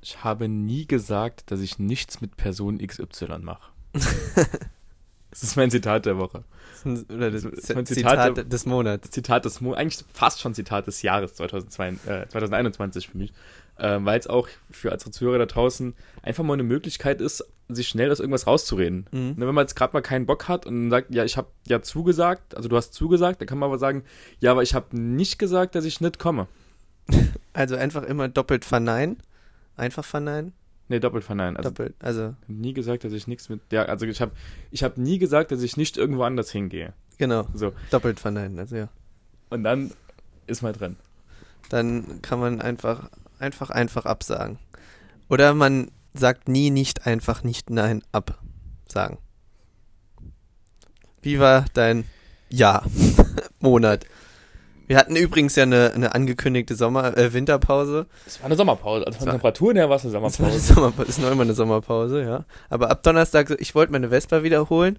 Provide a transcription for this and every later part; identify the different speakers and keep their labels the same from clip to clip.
Speaker 1: ich habe nie gesagt, dass ich nichts mit Person XY mache. das ist mein Zitat der Woche.
Speaker 2: Oder das,
Speaker 1: Das ist
Speaker 2: Z-
Speaker 1: mein
Speaker 2: Zitat
Speaker 1: Zitat
Speaker 2: des Monats.
Speaker 1: Zitat des Monats, eigentlich fast schon Zitat des Jahres 2022, äh, 2021 für mich, ähm, weil es auch für unsere Zuhörer da draußen einfach mal eine Möglichkeit ist, sich schnell aus irgendwas rauszureden. Ne, wenn man jetzt gerade mal keinen Bock hat und sagt, ja, ich habe ja zugesagt, also du hast zugesagt, dann kann man aber sagen, ja, aber ich habe nicht gesagt, dass ich nicht komme.
Speaker 2: Also einfach immer doppelt verneinen. Einfach verneinen.
Speaker 1: Nee, doppelt verneinen. Also
Speaker 2: doppelt. Also,
Speaker 1: ich hab nie gesagt, dass ich nichts mit, ja, also ich habe ich hab nie gesagt, dass ich nicht irgendwo anders hingehe.
Speaker 2: genau.
Speaker 1: So,
Speaker 2: Doppelt verneinen. Also ja.
Speaker 1: und dann ist man drin.
Speaker 2: Dann kann man einfach, einfach, einfach absagen. Oder man sagt nie nicht einfach nicht nein ab. Sagen. Wie war dein Ja? Monat. Wir hatten übrigens ja eine, eine angekündigte Sommer, äh, Winterpause.
Speaker 1: Es war eine Sommerpause, also von
Speaker 2: war-
Speaker 1: Temperaturen her war es eine
Speaker 2: Das war eine
Speaker 1: Sommerpause.
Speaker 2: Sommerpause, ist noch immer eine Sommerpause, ja. Aber ab Donnerstag, so- ich wollte meine Vespa wiederholen.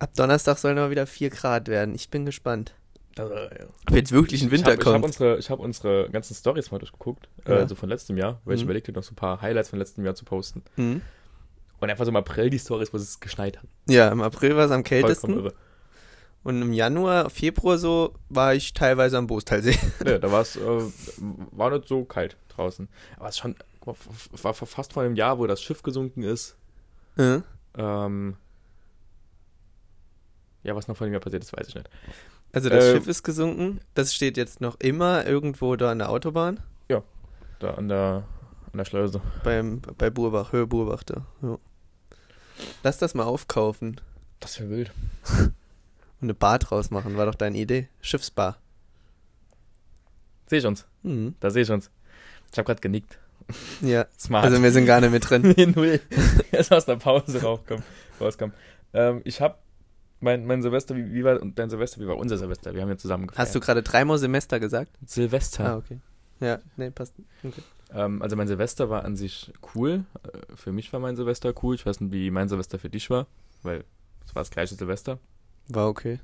Speaker 2: Ab Donnerstag sollen aber wieder 4 Grad werden. Ich bin gespannt. Ob jetzt wirklich ein Winter
Speaker 1: ich hab,
Speaker 2: kommt.
Speaker 1: Ich habe unsere, ich hab unsere ganzen Stories mal durchgeguckt,
Speaker 2: Ja.
Speaker 1: äh, also von letztem Jahr, weil ich
Speaker 2: Mhm.
Speaker 1: überlegte noch so ein paar Highlights von letztem Jahr zu posten.
Speaker 2: Mhm.
Speaker 1: Und einfach so im April die Stories, wo es geschneit hat.
Speaker 2: Ja, im April war es am kältesten.
Speaker 1: irre.
Speaker 2: Und im Januar, Februar so, war ich teilweise am Boostalsee.
Speaker 1: Ja, da war es, äh, war nicht so kalt draußen. Aber es ist schon, war, war fast vor einem Jahr, wo das Schiff gesunken ist.
Speaker 2: Mhm.
Speaker 1: Ähm, ja, was noch vor einem Jahr passiert ist, weiß ich nicht.
Speaker 2: also das
Speaker 1: Äh,
Speaker 2: Schiff ist gesunken. Das steht jetzt noch immer irgendwo da an der Autobahn.
Speaker 1: Da an der, an der Schleuse.
Speaker 2: Beim, bei Burbach, Höhe Burbach da. Ja. Lass das mal aufkaufen
Speaker 1: Das wäre wild.
Speaker 2: und eine Bar draus machen, war doch deine Idee. Schiffsbar.
Speaker 1: Sehe ich uns,
Speaker 2: Mhm.
Speaker 1: da sehe ich uns. Ich habe gerade genickt.
Speaker 2: Ja,
Speaker 1: Smart.
Speaker 2: also wir sind gar nicht mit drin.
Speaker 1: Nee, null. Er ist aus der Pause rausgekommen. rausgekommen. Ähm, ich habe mein, mein Silvester, wie, wie war und dein Silvester, wie war unser Silvester? Wir haben ja zusammen gefeiert.
Speaker 2: Hast du gerade dreimal Semester gesagt? Ah,
Speaker 1: Silvester?
Speaker 2: okay. Ja, nee, passt. Okay.
Speaker 1: Ähm, also mein Silvester war an sich cool. Äh, Für mich war mein Silvester cool. Ich weiß nicht, wie mein Silvester für dich war, weil es war das gleiche Silvester.
Speaker 2: War okay.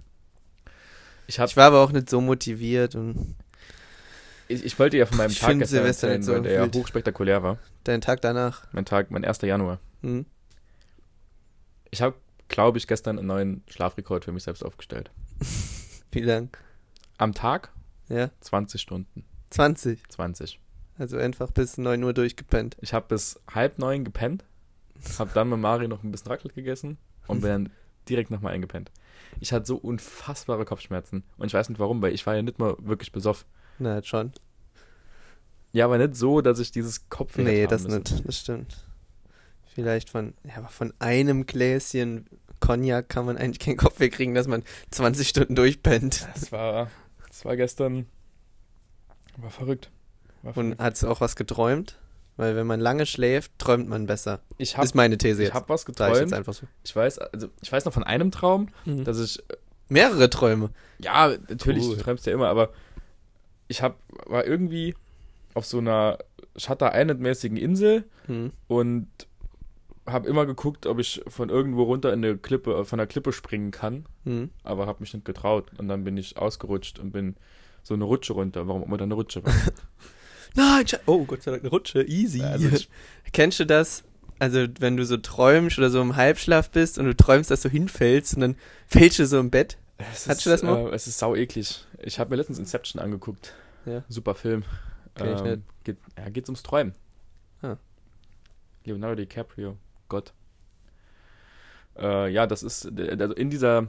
Speaker 1: Ich hab,
Speaker 2: Ich war aber auch nicht so motiviert und
Speaker 1: ich, ich wollte ja von meinem
Speaker 2: Ich
Speaker 1: Tag
Speaker 2: find
Speaker 1: gestern
Speaker 2: Silvester
Speaker 1: erzählen,
Speaker 2: nicht so
Speaker 1: weil der ja
Speaker 2: wild.
Speaker 1: hochspektakulär war.
Speaker 2: dein Tag danach.
Speaker 1: Mein Tag, mein 1. Januar.
Speaker 2: Mhm.
Speaker 1: Ich habe, glaube ich, gestern einen neuen Schlafrekord für mich selbst aufgestellt.
Speaker 2: Wie lang?
Speaker 1: Am Tag
Speaker 2: Ja,
Speaker 1: 20 Stunden.
Speaker 2: 20.
Speaker 1: 20.
Speaker 2: Also einfach bis 9 Uhr durchgepennt.
Speaker 1: Ich habe bis halb neun gepennt, habe dann mit Mari noch ein bisschen Raclette gegessen und bin dann direkt nochmal eingepennt. Ich hatte so unfassbare Kopfschmerzen und ich weiß nicht warum, weil ich war ja nicht mal wirklich besoffen.
Speaker 2: Na, hat schon.
Speaker 1: Ja, aber nicht so, dass ich dieses Kopfweh hätte
Speaker 2: nee,
Speaker 1: haben
Speaker 2: das
Speaker 1: müssen.
Speaker 2: nicht. Das stimmt. Vielleicht von, ja, aber von einem Gläschen Cognac kann man eigentlich keinen Kopf wegkriegen, dass man 20 Stunden durchpennt.
Speaker 1: Das war, das war gestern, war verrückt. War
Speaker 2: Und
Speaker 1: verrückt.
Speaker 2: hat auch was geträumt? Weil wenn man lange schläft, träumt man besser.
Speaker 1: Ich habe
Speaker 2: ist meine These jetzt.
Speaker 1: ich hab was
Speaker 2: Sag ich jetzt
Speaker 1: geträumt.
Speaker 2: einfach so.
Speaker 1: Ich weiß, also ich weiß noch von einem Traum,
Speaker 2: Mhm.
Speaker 1: dass ich
Speaker 2: Mehrere Träume.
Speaker 1: Ja, natürlich,
Speaker 2: Cool.
Speaker 1: du träumst ja immer, aber ich hab, war irgendwie auf so einer Shutter Island-mäßigen Insel
Speaker 2: Mhm.
Speaker 1: und habe immer geguckt, ob ich von irgendwo runter in eine Klippe, äh, von einer Klippe springen kann,
Speaker 2: Mhm.
Speaker 1: aber habe mich nicht getraut. Und dann bin ich ausgerutscht und bin so eine Rutsche runter, warum auch immer da eine Rutsche war.
Speaker 2: Nein, scha- oh Gott sei Dank, eine Rutsche, easy.
Speaker 1: Also ich-
Speaker 2: Kennst du das? Also wenn du so träumst oder so im Halbschlaf bist und du träumst, dass du hinfällst und dann fällst du so im Bett.
Speaker 1: Es
Speaker 2: Hattest
Speaker 1: ist,
Speaker 2: du das mal?
Speaker 1: Äh, es ist sau eklig. Ich habe mir letztens Inception angeguckt.
Speaker 2: Ja.
Speaker 1: Super Film. Ähm,
Speaker 2: Kenn ich nicht.
Speaker 1: Geht, ja, geht's ums Träumen.
Speaker 2: Ah.
Speaker 1: Leonardo DiCaprio, Gott. Äh, ja, das ist, äh, also in dieser,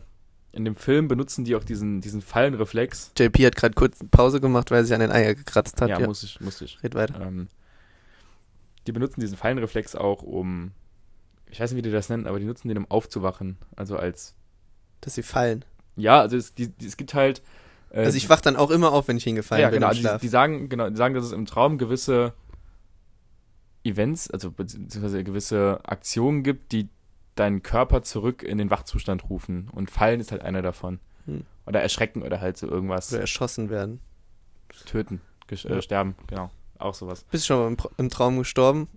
Speaker 1: in dem Film benutzen die auch diesen, diesen Fallenreflex.
Speaker 2: JP hat gerade kurz Pause gemacht, weil er sich an den Eier gekratzt hat.
Speaker 1: ja,
Speaker 2: Ja,
Speaker 1: muss ich, muss ich.
Speaker 2: Red weiter.
Speaker 1: Ähm, die benutzen diesen Fallenreflex auch, um, ich weiß nicht, wie die das nennen, aber die nutzen den, um aufzuwachen. Also als,
Speaker 2: Dass sie fallen.
Speaker 1: ja, also es, die, die, es gibt halt. äh,
Speaker 2: Also ich wach dann auch immer auf, wenn ich hingefallen
Speaker 1: ja,
Speaker 2: bin
Speaker 1: genau.
Speaker 2: im
Speaker 1: Die,
Speaker 2: Schlaf.
Speaker 1: die sagen, genau, die sagen, dass es im Traum gewisse Events, also beziehungsweise gewisse Aktionen gibt, die deinen Körper zurück in den Wachzustand rufen. Und Fallen ist halt einer davon.
Speaker 2: Hm.
Speaker 1: Oder erschrecken oder halt so irgendwas.
Speaker 2: Oder erschossen werden.
Speaker 1: Töten, gesch-
Speaker 2: Ja.
Speaker 1: äh, sterben, genau. Auch sowas.
Speaker 2: Bist du schon mal im, Pro- im Traum gestorben?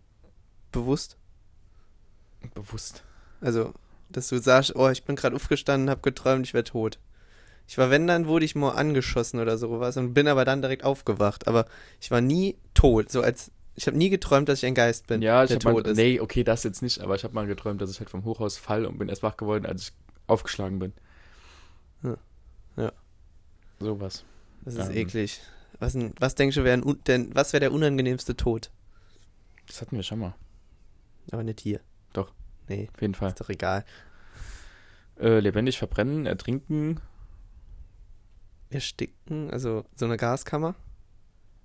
Speaker 2: Bewusst?
Speaker 1: Bewusst.
Speaker 2: Also, dass du sagst, oh, ich bin gerade aufgestanden, hab geträumt, ich wär tot. Ich war, wenn, dann wurde ich mal angeschossen oder sowas und bin aber dann direkt aufgewacht. Aber ich war nie tot, so als Ich habe nie geträumt, dass ich ein Geist bin,
Speaker 1: Ja, ich
Speaker 2: der
Speaker 1: habe mal.
Speaker 2: tot ist.
Speaker 1: Nee, okay, das jetzt nicht, aber ich habe mal geträumt, dass ich halt vom Hochhaus fall und bin erst wach geworden, als ich aufgeschlagen bin.
Speaker 2: Hm. Ja.
Speaker 1: Sowas.
Speaker 2: Das ist
Speaker 1: Ähm.
Speaker 2: eklig. Was, denn- was denkst du, wär ein, un- denn, was wäre der unangenehmste Tod?
Speaker 1: Das hatten wir schon mal.
Speaker 2: Aber nicht hier.
Speaker 1: Doch.
Speaker 2: Nee,
Speaker 1: Auf jeden Fall.
Speaker 2: ist doch egal.
Speaker 1: Äh, lebendig verbrennen, ertrinken.
Speaker 2: Ersticken, also so eine Gaskammer?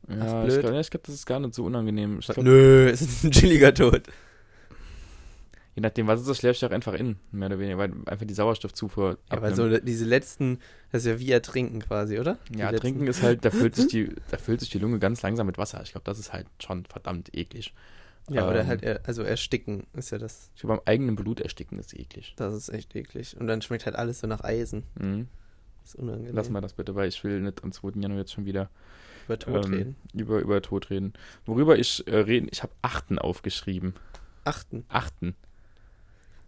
Speaker 2: ist
Speaker 1: Ja, ich
Speaker 2: blöd.
Speaker 1: glaube, ja, ich glaub, das ist gar nicht so unangenehm. Ich glaub,
Speaker 2: Nö, es ist ein chilliger Tod.
Speaker 1: Je nachdem, was ist das, schläfst du auch einfach in, mehr oder weniger, weil einfach die Sauerstoffzufuhr
Speaker 2: Ja, aber so diese letzten, das ist ja wie ertrinken quasi, oder? Die
Speaker 1: Ja,
Speaker 2: letzten-
Speaker 1: trinken ist halt, da füllt sich die, da füllt sich die Lunge ganz langsam mit Wasser. Ich glaube, das ist halt schon verdammt eklig.
Speaker 2: Ja, oder
Speaker 1: Ähm.
Speaker 2: halt, er- also ersticken ist ja das,
Speaker 1: Ich glaube, am eigenen Blut ersticken ist eklig.
Speaker 2: das ist echt eklig. Und dann schmeckt halt alles so nach Eisen.
Speaker 1: Mhm.
Speaker 2: Das ist unangenehm.
Speaker 1: Lass mal das bitte, weil ich will nicht am 2. Januar jetzt schon wieder
Speaker 2: Über Tod
Speaker 1: ähm,
Speaker 2: reden.
Speaker 1: über, über Tod reden. Worüber ich äh, reden, ich habe Achten aufgeschrieben.
Speaker 2: Achten.
Speaker 1: Achten.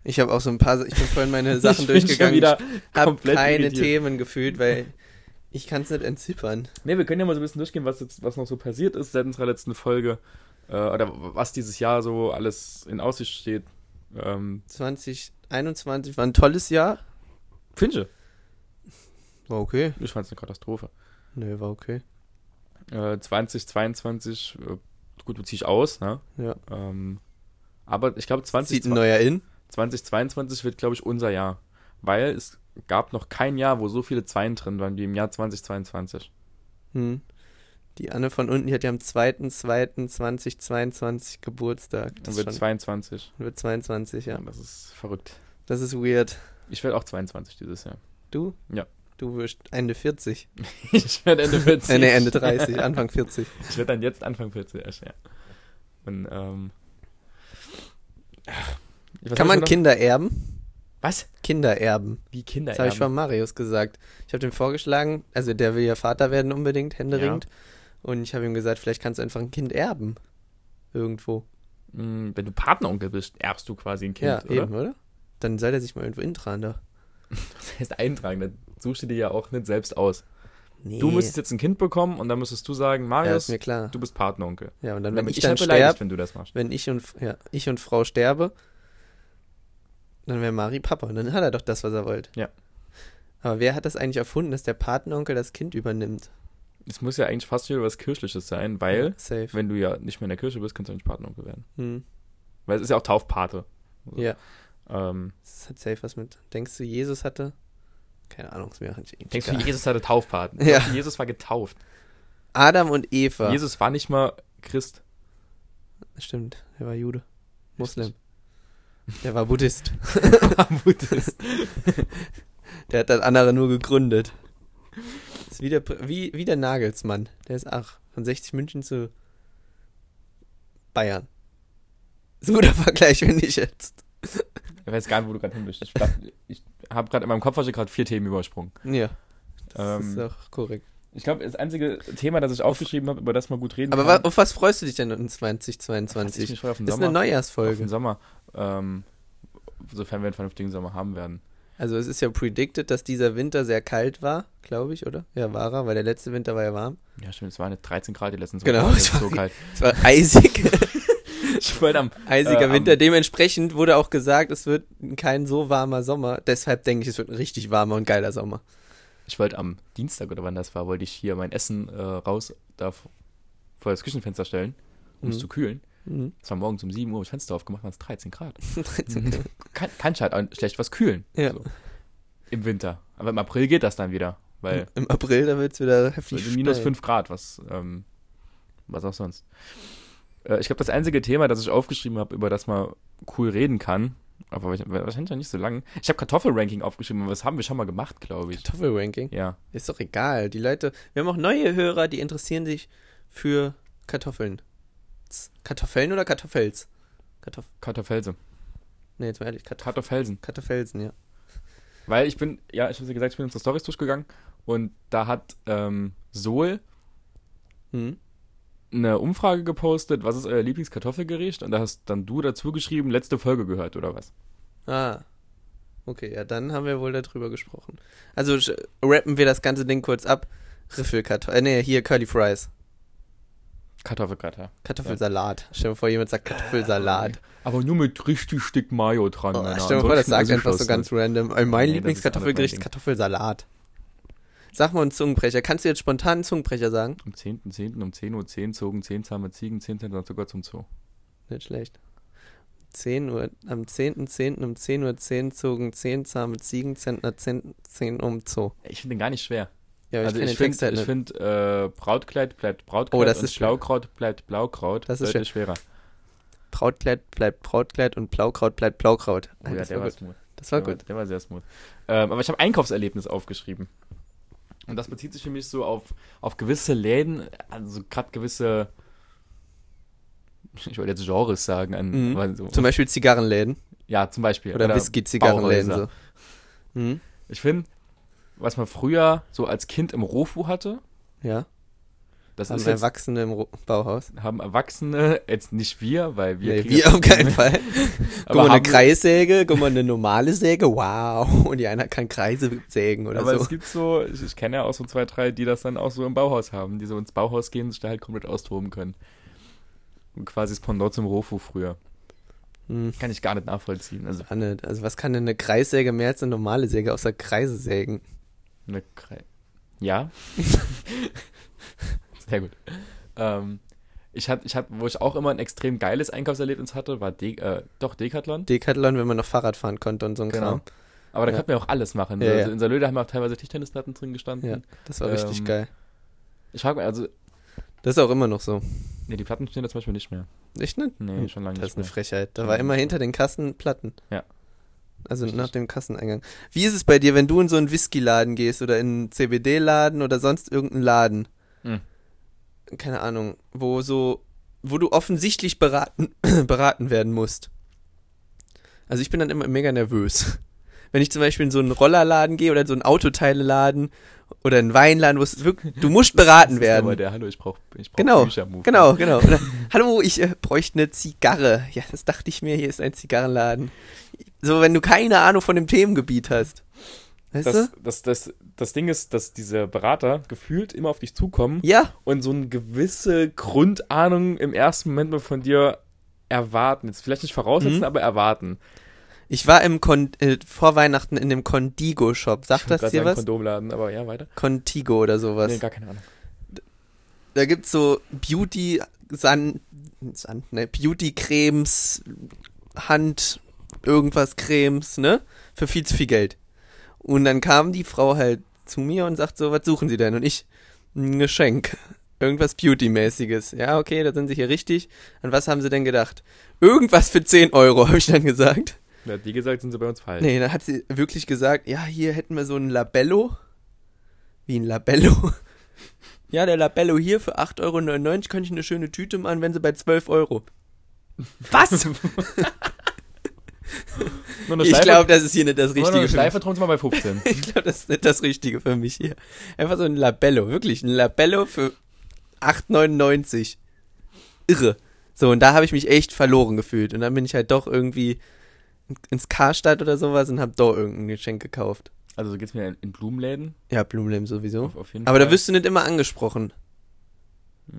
Speaker 2: Ich habe auch so ein paar, ich bin vorhin meine
Speaker 1: ich
Speaker 2: Sachen
Speaker 1: bin schon
Speaker 2: durchgegangen.
Speaker 1: wieder
Speaker 2: hab
Speaker 1: komplett
Speaker 2: keine
Speaker 1: irritiert.
Speaker 2: Themen gefühlt, weil ich kann es nicht entziffern.
Speaker 1: Ne, wir können ja mal so ein bisschen durchgehen, was jetzt, was noch so passiert ist seit unserer letzten Folge. Äh, oder was dieses Jahr so alles in Aussicht steht. Ähm,
Speaker 2: 2021 war ein tolles Jahr.
Speaker 1: Finche.
Speaker 2: War okay.
Speaker 1: Ich fand's eine Katastrophe.
Speaker 2: Nö, war okay.
Speaker 1: Äh, 2022, äh, gut, beziehe ich aus, ne?
Speaker 2: Ja.
Speaker 1: Ähm, aber ich glaube,
Speaker 2: Zieht ein
Speaker 1: 20,
Speaker 2: neuer in.
Speaker 1: 2022 wird, glaube ich, unser Jahr. Weil es gab noch kein Jahr, wo so viele Zweien drin waren wie im Jahr 2022.
Speaker 2: Hm. Die Anne von unten, die hat ja am 2.2.2022 Geburtstag.
Speaker 1: Dann
Speaker 2: Das
Speaker 1: wird
Speaker 2: wird, schon,
Speaker 1: 22.
Speaker 2: wird 22,
Speaker 1: Ja.
Speaker 2: ja.
Speaker 1: Das ist verrückt.
Speaker 2: Das ist weird.
Speaker 1: Ich werde auch 22 dieses Jahr.
Speaker 2: Du?
Speaker 1: Ja.
Speaker 2: Du wirst Ende 40.
Speaker 1: ich werde Ende 40.
Speaker 2: Äh, nee, Ende 30, Anfang 40.
Speaker 1: Ich werde dann jetzt Anfang 40 erst, ja. Und, ähm. was hab
Speaker 2: Kann
Speaker 1: ich
Speaker 2: man
Speaker 1: noch-
Speaker 2: Kinder erben?
Speaker 1: Was?
Speaker 2: Kinder erben.
Speaker 1: Wie Kinder
Speaker 2: Das habe ich
Speaker 1: erben?
Speaker 2: von Marius gesagt. Ich habe dem vorgeschlagen, also der will ja Vater werden unbedingt, händeringend. Und ich habe ihm gesagt, vielleicht kannst du einfach ein Kind erben. Irgendwo.
Speaker 1: Mm, Wenn du Partneronkel bist, erbst du quasi ein Kind,
Speaker 2: ja,
Speaker 1: oder?
Speaker 2: eben, oder? Dann soll er sich mal irgendwo intragen da.
Speaker 1: Das heißt eintragen, das suchst du dir ja auch nicht selbst aus.
Speaker 2: Nee.
Speaker 1: Du müsstest jetzt ein Kind bekommen und dann müsstest du sagen,
Speaker 2: ja,
Speaker 1: Marius,
Speaker 2: ist mir klar.
Speaker 1: du bist Partneronkel.
Speaker 2: Ja, und dann,
Speaker 1: Dann
Speaker 2: wenn
Speaker 1: bin
Speaker 2: ich, dann
Speaker 1: halt beleidigt,
Speaker 2: sterbe,
Speaker 1: wenn du das machst.
Speaker 2: wenn ich und, ja, ich und Frau sterbe, dann wäre Mari Papa. Und dann hat er doch das, was er wollte.
Speaker 1: Ja.
Speaker 2: Aber wer hat das eigentlich erfunden, dass der Patenonkel das Kind übernimmt?
Speaker 1: Es muss ja eigentlich fast wieder was Kirchliches sein, weil,
Speaker 2: Ja, Safe.
Speaker 1: wenn du ja nicht mehr in der Kirche bist, kannst du ja nicht Partneronkel werden.
Speaker 2: Hm.
Speaker 1: Weil es ist ja auch Taufpate. Also,
Speaker 2: Ja.
Speaker 1: Ähm,
Speaker 2: Das hat safe was mit. Denkst du, Jesus hatte? Keine Ahnung, ist mir auch nicht
Speaker 1: denkst du,
Speaker 2: egal.
Speaker 1: Jesus hatte Taufpaten?
Speaker 2: Ja.
Speaker 1: Jesus war getauft.
Speaker 2: Adam und Eva.
Speaker 1: Jesus war nicht mal Christ.
Speaker 2: Stimmt, er war Jude. Muslim. Der war Buddhist.
Speaker 1: Buddhist.
Speaker 2: Der hat das andere nur gegründet. Ist wie der, Pr- wie, wie der Nagelsmann. Der ist ach, von 60 München zu Bayern. Ist ein guter Vergleich, finde ich jetzt.
Speaker 1: Ich weiß gar nicht, wo du gerade hin bist. Ich, ich habe gerade in meinem Kopf hab ich gerade vier Themen übersprungen.
Speaker 2: Ja, das
Speaker 1: Ähm,
Speaker 2: ist auch korrekt.
Speaker 1: Ich glaube, das einzige Thema, das ich aufgeschrieben habe, über das man gut reden
Speaker 2: Aber wa
Speaker 1: kann,
Speaker 2: auf was freust du dich denn in
Speaker 1: ich
Speaker 2: 2022?
Speaker 1: mich voll auf den
Speaker 2: Ist
Speaker 1: Sommer,
Speaker 2: eine
Speaker 1: auf den
Speaker 2: Neujahrsfolge.
Speaker 1: Sommer ähm, sofern wir einen vernünftigen Sommer haben werden.
Speaker 2: Also es ist ja predicted, dass dieser Winter sehr kalt war, glaube ich, oder? Ja, war er, weil der letzte Winter war ja warm.
Speaker 1: Ja, stimmt, es waren jetzt 13 Grad die letzten zwei
Speaker 2: Genau,
Speaker 1: Tage,
Speaker 2: es war
Speaker 1: so kalt.
Speaker 2: Es war eisig.
Speaker 1: Ich wollte am,
Speaker 2: Eisiger
Speaker 1: Äh, am-
Speaker 2: Winter. Dementsprechend wurde auch gesagt, es wird kein so warmer Sommer. Deshalb denke ich, es wird ein richtig warmer und geiler Sommer.
Speaker 1: ich wollte am Dienstag oder wann das war, wollte ich hier mein Essen äh, raus da v- vor das Küchenfenster stellen, um es
Speaker 2: Mhm.
Speaker 1: zu kühlen.
Speaker 2: Mhm.
Speaker 1: Es war morgens um 7 Uhr, hab ich Fenster aufgemacht, waren es 13 Grad. kann, kannst halt auch schlecht was kühlen.
Speaker 2: Ja.
Speaker 1: So. Im Winter. Aber im April geht das dann wieder, weil
Speaker 2: Im April, da wird es wieder heftig.
Speaker 1: also minus
Speaker 2: schneien.
Speaker 1: 5 Grad, was, ähm, was auch sonst. Äh, ich glaube, das einzige Thema, das ich aufgeschrieben habe, über das man cool reden kann, aber wa- wahrscheinlich noch nicht so lang. Ich habe Kartoffelranking aufgeschrieben, aber das haben wir schon mal gemacht, glaube ich.
Speaker 2: Kartoffelranking.
Speaker 1: Ja.
Speaker 2: Ist doch egal. Die Leute, wir haben auch neue Hörer, die interessieren sich für Kartoffeln. Z- Kartoffeln oder Kartoffels? Kartoff
Speaker 1: Kartoffelse.
Speaker 2: nee, jetzt mal ehrlich, Kartoff
Speaker 1: Kartoffelsen.
Speaker 2: Kartoffelsen, ja.
Speaker 1: Weil ich bin, ja, ich habe ja gesagt, ich bin unsere Stories durchgegangen und da hat ähm, Sol
Speaker 2: Hm.
Speaker 1: eine Umfrage gepostet, was ist euer Lieblingskartoffelgericht? Und da hast dann du dazu geschrieben, letzte Folge gehört oder was?
Speaker 2: Ah. Okay, ja, dann haben wir wohl darüber gesprochen. Also sch- rappen wir das ganze Ding kurz ab. Riffelkartoffeln. Äh, nee, hier Curly Fries.
Speaker 1: Kartoffelgratin.
Speaker 2: Kartoffelsalat. Stell dir vor, jemand
Speaker 1: Äh,
Speaker 2: sagt Kartoffelsalat.
Speaker 1: Aber nur mit richtig Stück Mayo dran.
Speaker 2: Oh,
Speaker 1: Männer.
Speaker 2: stell dir vor, das
Speaker 1: Ansonsten
Speaker 2: sagt einfach so
Speaker 1: ausgeschlossen.
Speaker 2: ganz random.
Speaker 1: ne?
Speaker 2: Äh, Mein
Speaker 1: Nee, das
Speaker 2: Lieblingskartoffelgericht
Speaker 1: ist
Speaker 2: ist Kartoffelsalat. Sag mal einen Zungenbrecher. Kannst du jetzt spontan einen Zungenbrecher sagen?
Speaker 1: Am 10.10. um 10.10 Uhr zogen 10 zahme Ziegen, 10 Zentner Zucker zum Zoo.
Speaker 2: Nicht schlecht. 10 Uhr, am 10.10. um 10.10 Uhr zogen 10 zahme Ziegen, Zentner, 10, 10 um Zoo.
Speaker 1: Ich finde den gar nicht schwer.
Speaker 2: Ja, aber
Speaker 1: also
Speaker 2: ich kenne
Speaker 1: ich
Speaker 2: den Text
Speaker 1: finde
Speaker 2: halt
Speaker 1: ich
Speaker 2: nicht.
Speaker 1: find, äh, Brautkleid bleibt Brautkleid
Speaker 2: Oh, das
Speaker 1: und
Speaker 2: ist schwer.
Speaker 1: Blaukraut bleibt Blaukraut.
Speaker 2: Das ist
Speaker 1: deutlich schwerer.
Speaker 2: Brautkleid bleibt Brautkleid und Blaukraut bleibt Blaukraut.
Speaker 1: Oh,
Speaker 2: Ey,
Speaker 1: ja,
Speaker 2: das,
Speaker 1: der
Speaker 2: war
Speaker 1: war
Speaker 2: gut.
Speaker 1: smooth.
Speaker 2: das war
Speaker 1: der
Speaker 2: gut.
Speaker 1: War, der war sehr smooth. Ähm, aber ich habe Einkaufserlebnis aufgeschrieben. Und das bezieht sich für mich so auf, auf gewisse Läden, also gerade gewisse, ich wollte jetzt Genres sagen, an,
Speaker 2: Mhm.
Speaker 1: weil so,
Speaker 2: Zum Beispiel Zigarrenläden
Speaker 1: ja, zum Beispiel.
Speaker 2: oder, Whisky-Zigarrenläden.
Speaker 1: Genau. Bauhäuser.
Speaker 2: So. Mhm.
Speaker 1: Ich finde, was man früher so als Kind im Rofu hatte,
Speaker 2: Ja,
Speaker 1: das
Speaker 2: haben
Speaker 1: ist jetzt,
Speaker 2: Erwachsene im Ro Bauhaus.
Speaker 1: haben Erwachsene, jetzt nicht wir, weil wir
Speaker 2: Wir, nee,
Speaker 1: kriegen
Speaker 2: wir
Speaker 1: das
Speaker 2: auf keinen Fall. Guck
Speaker 1: Aber
Speaker 2: mal, eine
Speaker 1: haben-
Speaker 2: Kreissäge, guck mal, eine normale Säge, wow. Und die einer kann Kreise sägen oder
Speaker 1: Aber
Speaker 2: so.
Speaker 1: es gibt so, ich, ich kenne ja auch so zwei, drei, die das dann auch so im Bauhaus haben, die so ins Bauhaus gehen, sich da halt komplett austoben können. Und quasi das Pendant zum Rofu früher.
Speaker 2: Hm.
Speaker 1: Kann ich gar nicht nachvollziehen. Also
Speaker 2: Kann nicht. Also was kann denn eine Kreissäge mehr als eine normale Säge außer Kreise sägen?
Speaker 1: eine ne, Kre Ja. Sehr gut. Ähm, ich hatte, ich hab, wo ich auch immer ein extrem geiles Einkaufserlebnis hatte, war De äh, doch Decathlon.
Speaker 2: Decathlon, wenn man noch Fahrrad fahren konnte und so ein
Speaker 1: Genau.
Speaker 2: Kram.
Speaker 1: Aber da
Speaker 2: Ja.
Speaker 1: konnten wir auch alles machen.
Speaker 2: Ja,
Speaker 1: also
Speaker 2: ja.
Speaker 1: In Salöde haben wir auch teilweise Tischtennisplatten drin gestanden.
Speaker 2: Ja, das war richtig
Speaker 1: Ähm,
Speaker 2: geil.
Speaker 1: Ich frage mich, also,
Speaker 2: Das ist auch immer noch so.
Speaker 1: nee, die Platten stehen da zum Beispiel nicht mehr.
Speaker 2: Echt nicht?
Speaker 1: Nee,
Speaker 2: Hm,
Speaker 1: schon lange
Speaker 2: Das
Speaker 1: nicht
Speaker 2: ist eine
Speaker 1: mehr.
Speaker 2: Frechheit. Da
Speaker 1: Ja,
Speaker 2: war immer
Speaker 1: das-
Speaker 2: hinter den Kassen Platten.
Speaker 1: Ja.
Speaker 2: Also
Speaker 1: Richtig.
Speaker 2: nach dem Kasseneingang. Wie ist es bei dir, wenn du in so einen Whisky-Laden gehst oder in einen CBD-Laden oder sonst irgendeinen Laden?
Speaker 1: Hm.
Speaker 2: Keine Ahnung, wo so, wo du offensichtlich beraten, beraten werden musst. Also ich bin dann immer mega nervös. Wenn ich zum Beispiel in so einen Rollerladen gehe oder in so einen Autoteileladen oder einen Weinladen, wo es wirklich, du musst beraten
Speaker 1: Das ist
Speaker 2: werden.
Speaker 1: aber der Hallo, ich brauche ich brauch
Speaker 2: Genau,
Speaker 1: Bücher-Move.
Speaker 2: Genau, genau. Und dann, Hallo, ich äh, bräuchte eine Zigarre. Ja, das dachte ich mir, hier ist ein Zigarrenladen. So, wenn du keine Ahnung von dem Themengebiet hast. Weißt
Speaker 1: das,
Speaker 2: du?
Speaker 1: das, das, das Ding ist, dass diese Berater gefühlt immer auf dich zukommen
Speaker 2: Ja,
Speaker 1: und so eine gewisse Grundahnung im ersten Moment mal von dir erwarten. Jetzt vielleicht nicht voraussetzen,
Speaker 2: Mhm.
Speaker 1: aber erwarten.
Speaker 2: ich war im Kon äh, vor Weihnachten in dem Condigo-Shop. Sagt das
Speaker 1: Gerade
Speaker 2: dir
Speaker 1: sagen
Speaker 2: was?
Speaker 1: Kondomladen, aber ja, weiter.
Speaker 2: Contigo oder sowas.
Speaker 1: Nee, gar keine Ahnung.
Speaker 2: da gibt's so Beauty Sand, Sand ne, Beauty Cremes, Hand irgendwas Cremes, ne? Für viel zu viel Geld. Und dann kam die Frau halt zu mir und sagt so, was suchen Sie denn? Und ich ein Geschenk. Irgendwas Beauty-mäßiges. Ja, okay, da sind Sie hier richtig. An was haben Sie denn gedacht? Irgendwas für 10 Euro, habe ich dann gesagt.
Speaker 1: Ja, wie gesagt, sind sie bei uns falsch.
Speaker 2: Nee, dann hat sie wirklich gesagt, ja, hier hätten wir so ein Labello. Wie ein Labello. Ja, der Labello hier für 8,99 Euro könnte ich eine schöne Tüte machen, wenn sie bei 12 Euro. Was?
Speaker 1: Nur eine
Speaker 2: ich
Speaker 1: Schleife-
Speaker 2: glaube, das ist hier nicht das
Speaker 1: nur
Speaker 2: Richtige
Speaker 1: eine
Speaker 2: für mich.
Speaker 1: Schleife drum sind wir bei 15.
Speaker 2: Ich glaube, das ist nicht das Richtige für mich hier. Einfach so ein Labello, wirklich. Ein Labello für 8,99. Irre. So, und da habe ich mich echt verloren gefühlt. Und dann bin ich halt doch irgendwie ins Karstadt oder sowas und habe da irgendein Geschenk gekauft.
Speaker 1: Also so geht's mir in, in Blumenläden.
Speaker 2: Ja, Blumenleben sowieso.
Speaker 1: Auf, auf jeden
Speaker 2: Aber
Speaker 1: Fall.
Speaker 2: da wirst du nicht immer angesprochen.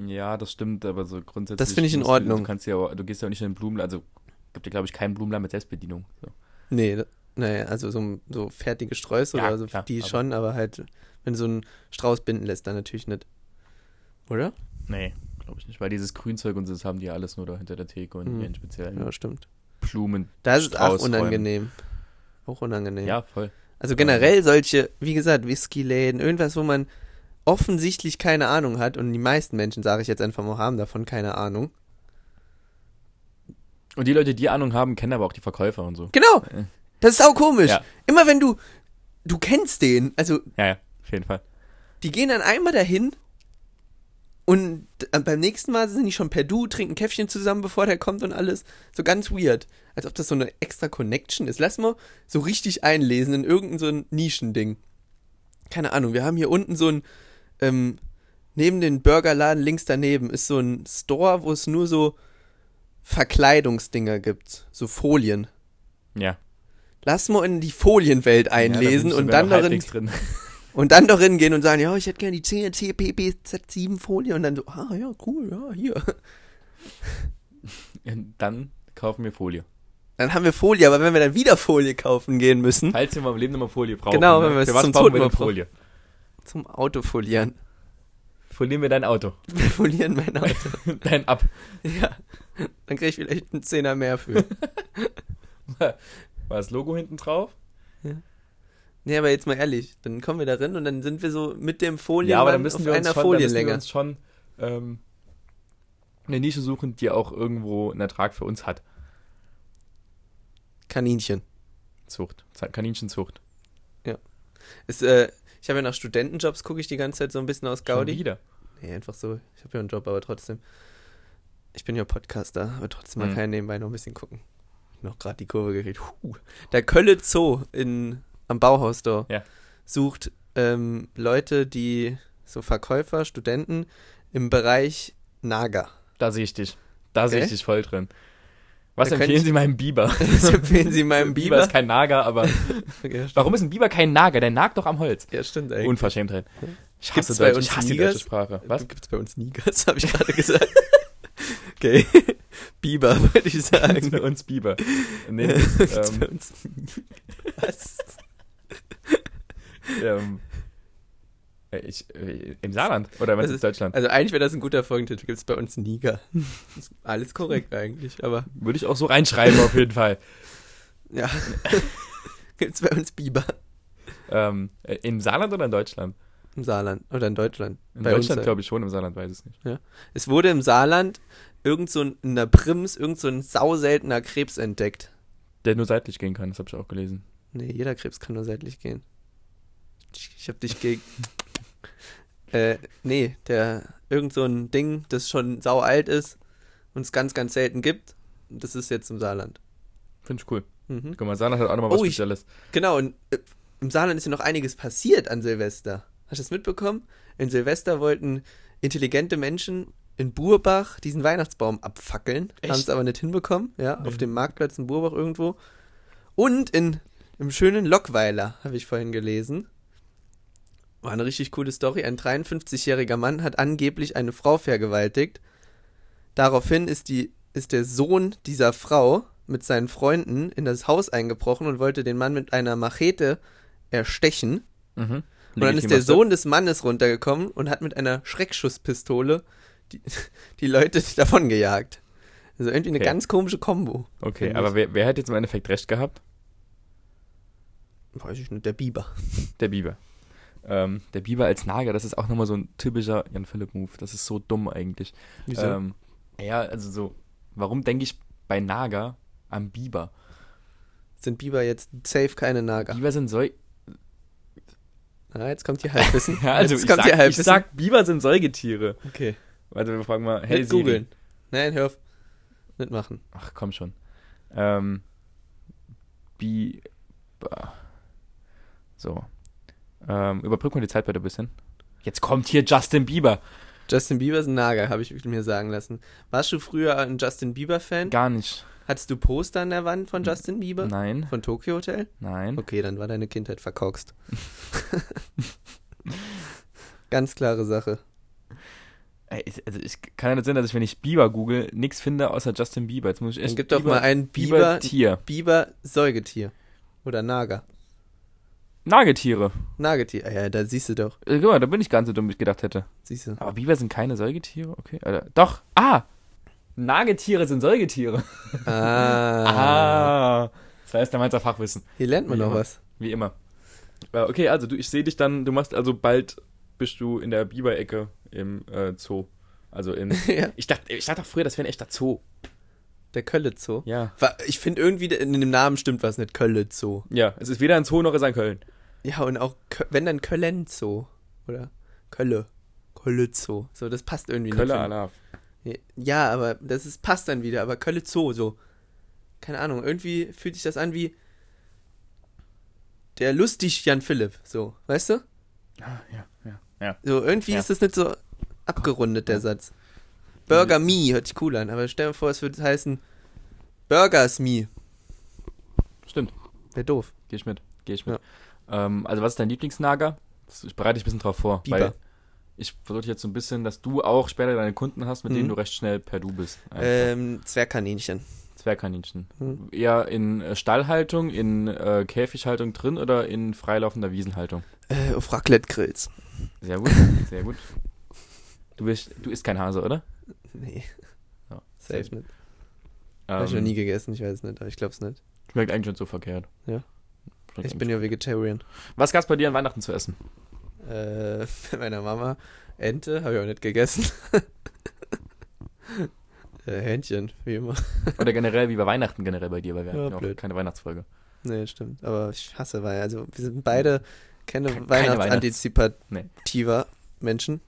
Speaker 1: Ja, das stimmt, aber so grundsätzlich.
Speaker 2: Das finde ich in
Speaker 1: musst du-
Speaker 2: Ordnung.
Speaker 1: Du, kannst ja, auch- du gehst ja auch nicht in den Blumenladen, also gibt ja, glaube ich, keinen Blumenladen mit Selbstbedienung. So.
Speaker 2: Nee, da- naja, also so, so fertige Sträuße
Speaker 1: Ja,
Speaker 2: oder so,
Speaker 1: klar,
Speaker 2: die
Speaker 1: aber-
Speaker 2: schon, aber halt, wenn du so einen Strauß binden lässt, dann natürlich nicht. Oder?
Speaker 1: Nee, glaube ich nicht, weil dieses Grünzeug und so, das haben die ja alles nur da hinter der Theke und
Speaker 2: Mhm.
Speaker 1: ihren speziellen
Speaker 2: Ja, stimmt.
Speaker 1: Blumen.
Speaker 2: Da ist es auch
Speaker 1: Straußräumen.
Speaker 2: unangenehm. Auch unangenehm.
Speaker 1: Ja, voll.
Speaker 2: Also generell solche, wie gesagt, Whisky-Läden, irgendwas, wo man offensichtlich keine Ahnung hat und die meisten Menschen, sage ich jetzt einfach mal, haben davon keine Ahnung.
Speaker 1: Und die Leute, die Ahnung haben, kennen aber auch die Verkäufer und so.
Speaker 2: Genau!
Speaker 1: Äh.
Speaker 2: Das ist auch komisch.
Speaker 1: Ja.
Speaker 2: Immer wenn du, du kennst den, also
Speaker 1: Ja, ja, auf jeden Fall.
Speaker 2: Die gehen dann einmal dahin und äh, beim nächsten Mal sind die schon per Du, trinken Käffchen zusammen, bevor der kommt und alles. So ganz weird. Als ob das so eine extra Connection ist. Lass mal so richtig einlesen in irgendein so ein Nischending. Keine Ahnung, wir haben hier unten so ein, ähm, neben den Burgerladen links daneben ist so ein Store, wo es nur so Verkleidungsdinger gibt. So Folien.
Speaker 1: Ja.
Speaker 2: Lass mal in die Folienwelt einlesen
Speaker 1: ja,
Speaker 2: und dann
Speaker 1: noch
Speaker 2: darin
Speaker 1: halbwegs drin.
Speaker 2: Und dann doch hingehen und sagen, ja, ich hätte gerne die CNC PPZ7-Folie und dann so, ah ja, cool, ja, hier.
Speaker 1: Dann kaufen wir Folie.
Speaker 2: Dann haben wir Folie, aber wenn wir dann wieder Folie kaufen gehen müssen,
Speaker 1: Falls wir mal im Leben nochmal Folie brauchen.
Speaker 2: Genau, wenn
Speaker 1: ne?
Speaker 2: wir es
Speaker 1: Für was
Speaker 2: zum
Speaker 1: brauchen
Speaker 2: zweiten
Speaker 1: wir
Speaker 2: Mal
Speaker 1: denn Folie?
Speaker 2: zum Auto folieren.
Speaker 1: Folieren wir dein Auto.
Speaker 2: Wir folieren mein Auto.
Speaker 1: dein Ab.
Speaker 2: ja. Dann kriege ich vielleicht einen Zehner mehr für.
Speaker 1: War das Logo hinten drauf?
Speaker 2: nee, aber jetzt mal ehrlich, dann kommen wir da rein und dann sind wir so mit dem Folien
Speaker 1: ja, aber dann müssen
Speaker 2: auf
Speaker 1: wir uns
Speaker 2: einer
Speaker 1: schon, dann müssen wir
Speaker 2: Folienlänge.
Speaker 1: uns schon ähm, eine Nische suchen, die auch irgendwo einen Ertrag für uns hat.
Speaker 2: Kaninchen.
Speaker 1: Zucht. Z- Kaninchenzucht.
Speaker 2: Ist, äh, ich habe ja nach Studentenjobs, gucke ich die ganze Zeit so ein bisschen aus
Speaker 1: Schon
Speaker 2: Gaudi.
Speaker 1: wieder.
Speaker 2: Nee, einfach so. Ich habe ja einen Job, aber trotzdem. Ich bin ja Podcaster, aber trotzdem
Speaker 1: Mhm.
Speaker 2: mal keinen nebenbei noch ein bisschen gucken. Noch gerade die Kurve gekriegt. Huh. Der Kölle Zoo in, am Bauhaus da
Speaker 1: Ja.
Speaker 2: sucht ähm, Leute, die so Verkäufer, Studenten im Bereich Nager.
Speaker 1: Da sehe ich dich. Da sehe ich
Speaker 2: Okay.
Speaker 1: dich voll drin. Was
Speaker 2: Da könnte
Speaker 1: empfehlen
Speaker 2: ich-
Speaker 1: Sie meinem Biber?
Speaker 2: Das empfehlen sie meinem
Speaker 1: Biber
Speaker 2: Biber.
Speaker 1: ist kein Nager, aber
Speaker 2: Ja, st-
Speaker 1: warum ist ein Biber kein Nager? Der nagt doch am Holz.
Speaker 2: ja, stimmt eigentlich.
Speaker 1: Unverschämtheit. Ich
Speaker 2: Gibt's
Speaker 1: hasse
Speaker 2: bei
Speaker 1: Deutsch.
Speaker 2: uns
Speaker 1: Ich hasse die
Speaker 2: Nigers?
Speaker 1: deutsche Sprache. Was?
Speaker 2: Gibt es bei uns Nigers, habe ich gerade gesagt. okay. Biber, würde ich
Speaker 1: Gibt's
Speaker 2: sagen.
Speaker 1: bei uns Biber. Nee,
Speaker 2: Gibt's
Speaker 1: ähm,
Speaker 2: bei uns Nigers.
Speaker 1: ähm, äh, ich, äh, Im Saarland oder meinst
Speaker 2: Das
Speaker 1: du
Speaker 2: ist-
Speaker 1: Deutschland?
Speaker 2: Also eigentlich wäre das ein guter Folgentitel. Gibt es bei uns Niger. Ist Alles korrekt eigentlich, aber
Speaker 1: Würde ich auch so reinschreiben auf jeden Fall.
Speaker 2: ja. Gibt es bei uns Biber
Speaker 1: Ähm, äh, Im Saarland oder in Deutschland?
Speaker 2: im Saarland oder in Deutschland?
Speaker 1: In
Speaker 2: bei
Speaker 1: Deutschland
Speaker 2: uns, äh,
Speaker 1: glaube ich schon, im Saarland weiß ich es nicht.
Speaker 2: Es wurde im Saarland irgend so ein, in der Prims irgend so ein sauseltener Krebs entdeckt.
Speaker 1: Der nur seitlich gehen kann, das habe ich auch gelesen.
Speaker 2: Nee, jeder Krebs kann nur seitlich gehen. Ich, ich hab dich gegen... äh, nee, der irgend so ein Ding, das schon sau alt ist und es ganz, ganz selten gibt. Das ist jetzt im Saarland.
Speaker 1: Finde ich cool.
Speaker 2: Mhm.
Speaker 1: Guck mal, Saarland hat auch nochmal was
Speaker 2: Oh, ich-
Speaker 1: Spezielles.
Speaker 2: Genau, und äh, im Saarland ist ja noch einiges passiert an Silvester. Hast du das mitbekommen? In Silvester wollten intelligente Menschen in Burbach diesen Weihnachtsbaum abfackeln.
Speaker 1: Echt?
Speaker 2: Haben es aber nicht hinbekommen, ja,
Speaker 1: Nee.
Speaker 2: auf dem Marktplatz in Burbach irgendwo. Und in, im schönen Lockweiler, habe ich vorhin gelesen. War eine richtig coole Story. Ein 53-jähriger Mann hat angeblich eine Frau vergewaltigt. Daraufhin ist, die, ist der Sohn dieser Frau mit seinen Freunden in das Haus eingebrochen und wollte den Mann mit einer Machete erstechen.
Speaker 1: Mhm.
Speaker 2: Und dann ist
Speaker 1: Legitimer
Speaker 2: der
Speaker 1: Step.
Speaker 2: Sohn des Mannes runtergekommen und hat mit einer Schreckschusspistole die, die Leute davon gejagt. Also irgendwie eine
Speaker 1: Okay.
Speaker 2: ganz komische Kombo.
Speaker 1: Okay,
Speaker 2: Find
Speaker 1: aber
Speaker 2: ich.
Speaker 1: wer, wer hat jetzt im Endeffekt recht gehabt?
Speaker 2: Weiß ich nicht, der Biber.
Speaker 1: Der Biber. Ähm, der Biber als Nager, das ist auch nochmal so ein typischer Jan-Philipp-Move. Das ist so dumm eigentlich. Ähm, ja, also so, warum denke ich bei Nager am Biber?
Speaker 2: Sind Biber jetzt safe keine Nager?
Speaker 1: Biber sind Säug...
Speaker 2: Ah, jetzt kommt die Halbwissen.
Speaker 1: Ja, also
Speaker 2: jetzt
Speaker 1: ich
Speaker 2: kommt halt die
Speaker 1: sag, ich
Speaker 2: Halbwissen.
Speaker 1: sag, Biber sind Säugetiere.
Speaker 2: okay.
Speaker 1: Warte, wir fragen mal, hey
Speaker 2: Nicht
Speaker 1: Siri.
Speaker 2: googeln. Nein, hör auf. Nicht machen.
Speaker 1: Ach, komm schon. Ähm, Biber. So. Ähm, überbrück mal die Zeit bitte ein bisschen. Jetzt kommt hier Justin Bieber.
Speaker 2: Justin Bieber ist ein Nager, habe ich mir sagen lassen. Warst du früher ein Justin Bieber-Fan?
Speaker 1: Gar nicht.
Speaker 2: Hattest du Poster an der Wand von Justin Bieber?
Speaker 1: Nein, Hm.
Speaker 2: Von Tokyo Hotel?
Speaker 1: nein.
Speaker 2: Okay, dann war deine Kindheit verkorkst. Ganz klare Sache.
Speaker 1: Ey, ich- Also ich kann ja nicht sehen, dass ich, wenn ich Bieber google, nichts finde außer Justin Bieber. Jetzt muss ich echt
Speaker 2: Dann gib doch mal ein Biber-
Speaker 1: Biber-Tier.
Speaker 2: Biber-Säugetier. Oder Nager.
Speaker 1: Nagetiere.
Speaker 2: Nagetier. Ah, ja, da siehst du doch.
Speaker 1: Äh, Guck mal, da bin ich gar nicht so dumm, wie ich gedacht hätte.
Speaker 2: Siehst du.
Speaker 1: Aber Biber sind keine Säugetiere? Okay. Oder, doch. Ah! Nagetiere sind Säugetiere.
Speaker 2: Ah.
Speaker 1: Ah. Das heißt, damals ein Fachwissen.
Speaker 2: Hier lernt man noch was.
Speaker 1: Wie immer. Äh, okay, also du, ich sehe dich dann, du machst also bald, bist du in der Biberecke im äh, Zoo. Also in.
Speaker 2: ja,
Speaker 1: Ich dachte, ich dachte auch früher, das wäre ein echter Zoo.
Speaker 2: der Kölle Zoo.
Speaker 1: Ja.
Speaker 2: Wa- Ich finde irgendwie, in dem Namen stimmt was nicht. Kölle Zoo.
Speaker 1: Ja, es ist weder ein Zoo noch ist ein Köln.
Speaker 2: Ja, und auch, Kö- wenn dann Köllen Zoo. Oder Kölle. Kölle Zoo. So, das passt irgendwie
Speaker 1: Kölle
Speaker 2: nicht.
Speaker 1: Alarv.
Speaker 2: Kölle Ja, aber das ist, passt dann wieder. Aber Kölle Zoo, so. Keine Ahnung, irgendwie fühlt sich das an wie der lustig Jan Philipp. So, weißt du?
Speaker 1: Ja, ja, ja. ja.
Speaker 2: So, irgendwie
Speaker 1: Ja.
Speaker 2: ist das nicht so abgerundet, der Satz. Burger Me hört sich cool an, aber stell dir vor, es würde heißen Burgers Me.
Speaker 1: Stimmt.
Speaker 2: Wäre doof.
Speaker 1: Geh ich mit. Geh ich mit. Ähm, also was ist dein Lieblingsnager? Das, ich bereite dich ein bisschen drauf vor.
Speaker 2: Biber.
Speaker 1: Weil ich versuche jetzt so ein bisschen, dass du auch später deine Kunden hast, mit
Speaker 2: Mhm.
Speaker 1: denen du recht schnell per Du bist. Einfach.
Speaker 2: Ähm, Zwergkaninchen.
Speaker 1: Zwergkaninchen.
Speaker 2: Mhm.
Speaker 1: Eher in äh, Stallhaltung, in äh, Käfighaltung drin oder in freilaufender Wiesenhaltung?
Speaker 2: Äh, auf Raclette-Grills.
Speaker 1: Sehr gut, sehr gut. Du bist, du isst kein Hase, oder?
Speaker 2: Nee.
Speaker 1: Ja,
Speaker 2: Safe nicht. Hab ich noch
Speaker 1: Ähm,
Speaker 2: nie gegessen, ich weiß nicht, aber ich glaub's nicht.
Speaker 1: Schmeckt eigentlich nicht so verkehrt.
Speaker 2: Ja.
Speaker 1: Schmeckt
Speaker 2: Ich
Speaker 1: eigentlich-
Speaker 2: bin ja Vegetarian.
Speaker 1: Was gab's bei dir an Weihnachten zu essen?
Speaker 2: Äh, bei meiner Mama Ente habe ich auch nicht gegessen. äh, Hähnchen, wie immer.
Speaker 1: Oder generell wie bei Weihnachten generell bei dir, weil wir
Speaker 2: Ja,
Speaker 1: hatten ja auch
Speaker 2: blöd.
Speaker 1: keine Weihnachtsfolge.
Speaker 2: Nee, stimmt. Aber ich hasse Weihnachten. Also wir sind beide keine,
Speaker 1: Keine
Speaker 2: Weihnachtsantizipativer
Speaker 1: Weihnachts-
Speaker 2: Menschen,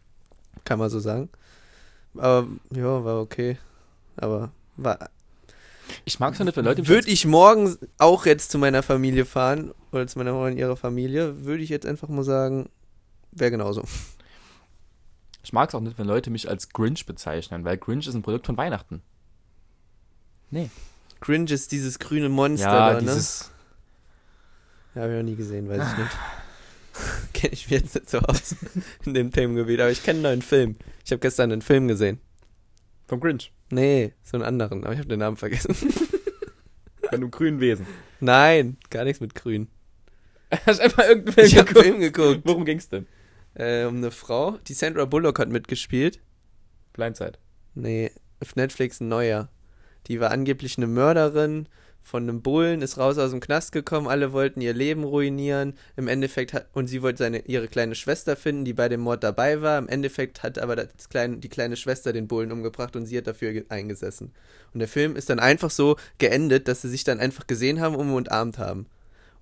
Speaker 2: kann man so sagen. Aber ja, war okay. Aber war,
Speaker 1: Ich mag's ja nicht, wenn Leute
Speaker 2: würde ich morgen auch jetzt zu meiner Familie fahren oder zu meiner Mama und ihrer Familie, würde ich jetzt einfach mal sagen, wäre genauso.
Speaker 1: Ich mag's auch nicht, wenn Leute mich als Grinch bezeichnen, weil Grinch ist ein Produkt von Weihnachten.
Speaker 2: Grinch ist dieses grüne Monster
Speaker 1: ja,
Speaker 2: da, ne?
Speaker 1: dieses
Speaker 2: Ja, habe ich noch nie gesehen, weiß ich
Speaker 1: Ah.
Speaker 2: nicht. kenne ich mich jetzt nicht so aus in dem Themengebiet, aber ich kenne einen neuen Film. Ich habe gestern einen Film gesehen.
Speaker 1: vom Grinch,
Speaker 2: Nee, so einen anderen, aber ich habe den Namen vergessen.
Speaker 1: von einem grünen Wesen.
Speaker 2: Nein, gar nichts mit Grün.
Speaker 1: Hast einfach irgendeinen Film
Speaker 2: Ich habe
Speaker 1: geguckt.
Speaker 2: Film geguckt.
Speaker 1: Worum ging's denn?
Speaker 2: Äh, um eine Frau, die Sandra Bullock hat mitgespielt.
Speaker 1: Blindzeit.
Speaker 2: Nee, auf Netflix ein neuer. Die war angeblich eine Mörderin von einem Bullen, ist raus aus dem Knast gekommen, alle wollten ihr Leben ruinieren. Im Endeffekt hat, und sie wollte seine, ihre kleine Schwester finden, die bei dem Mord dabei war. Im Endeffekt hat aber das kleine, die kleine Schwester den Bullen umgebracht und sie hat dafür ge- eingesessen. Und der Film ist dann einfach so geendet, dass sie sich dann einfach gesehen haben und umarmt haben.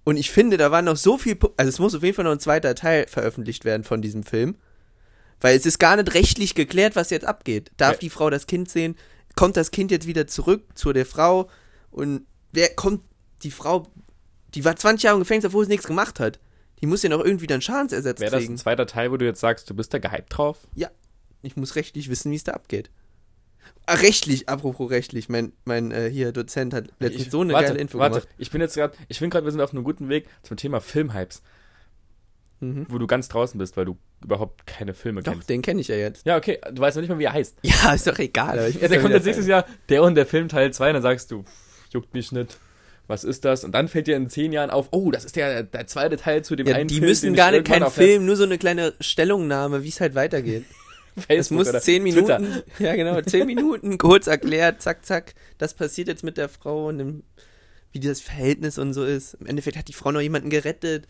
Speaker 2: Und ich finde, da war noch so viel, Pu- also es muss auf jeden Fall noch ein zweiter Teil veröffentlicht werden von diesem Film. Weil es ist gar nicht rechtlich geklärt, was jetzt abgeht. Darf
Speaker 1: Ja.
Speaker 2: die Frau das Kind sehen? Kommt das Kind jetzt wieder zurück zu der Frau? Und wer kommt, die Frau, die war 20 Jahre im Gefängnis, obwohl sie nichts gemacht hat. Die muss ja noch irgendwie dann Schadensersatz
Speaker 1: Wäre das ein
Speaker 2: kriegen.
Speaker 1: zweiter Teil, wo du jetzt sagst, du bist da gehypt drauf?
Speaker 2: Ich muss rechtlich wissen, wie es da abgeht. Ah, rechtlich, apropos rechtlich, mein, mein äh, hier Dozent hat letztens
Speaker 1: Ich-
Speaker 2: so eine
Speaker 1: warte,
Speaker 2: geile Info
Speaker 1: warte.
Speaker 2: gemacht.
Speaker 1: Ich bin jetzt gerade, ich bin gerade, wir sind auf einem guten Weg zum Thema Filmhypes,
Speaker 2: Mhm.
Speaker 1: wo du ganz draußen bist, weil du überhaupt keine Filme
Speaker 2: Doch,
Speaker 1: kennst.
Speaker 2: den kenne ich ja jetzt.
Speaker 1: Ja, okay, du weißt noch nicht mal, wie er heißt.
Speaker 2: Ja, ist doch egal. Aber ich
Speaker 1: Ja,
Speaker 2: muss ja
Speaker 1: der kommt
Speaker 2: wieder
Speaker 1: jetzt nächstes Jahr, der und der Film Teil 2, und dann sagst du, pff, juckt mich nicht. Was ist das? Und dann fällt dir in zehn Jahren auf, oh, das ist der, der zweite Teil zu dem
Speaker 2: Ja,
Speaker 1: einen
Speaker 2: die
Speaker 1: Film. den
Speaker 2: müssen
Speaker 1: ich
Speaker 2: gar nicht
Speaker 1: irgendwann
Speaker 2: keinen
Speaker 1: auf der
Speaker 2: Film, nur so eine kleine Stellungnahme, wie es halt weitergeht.
Speaker 1: Facebook
Speaker 2: Es muss
Speaker 1: oder
Speaker 2: zehn
Speaker 1: Twitter.
Speaker 2: Minuten, ja genau, zehn Minuten kurz erklärt, zack, zack, das passiert jetzt mit der Frau und dem, wie das Verhältnis und so ist. Im Endeffekt hat die Frau noch jemanden gerettet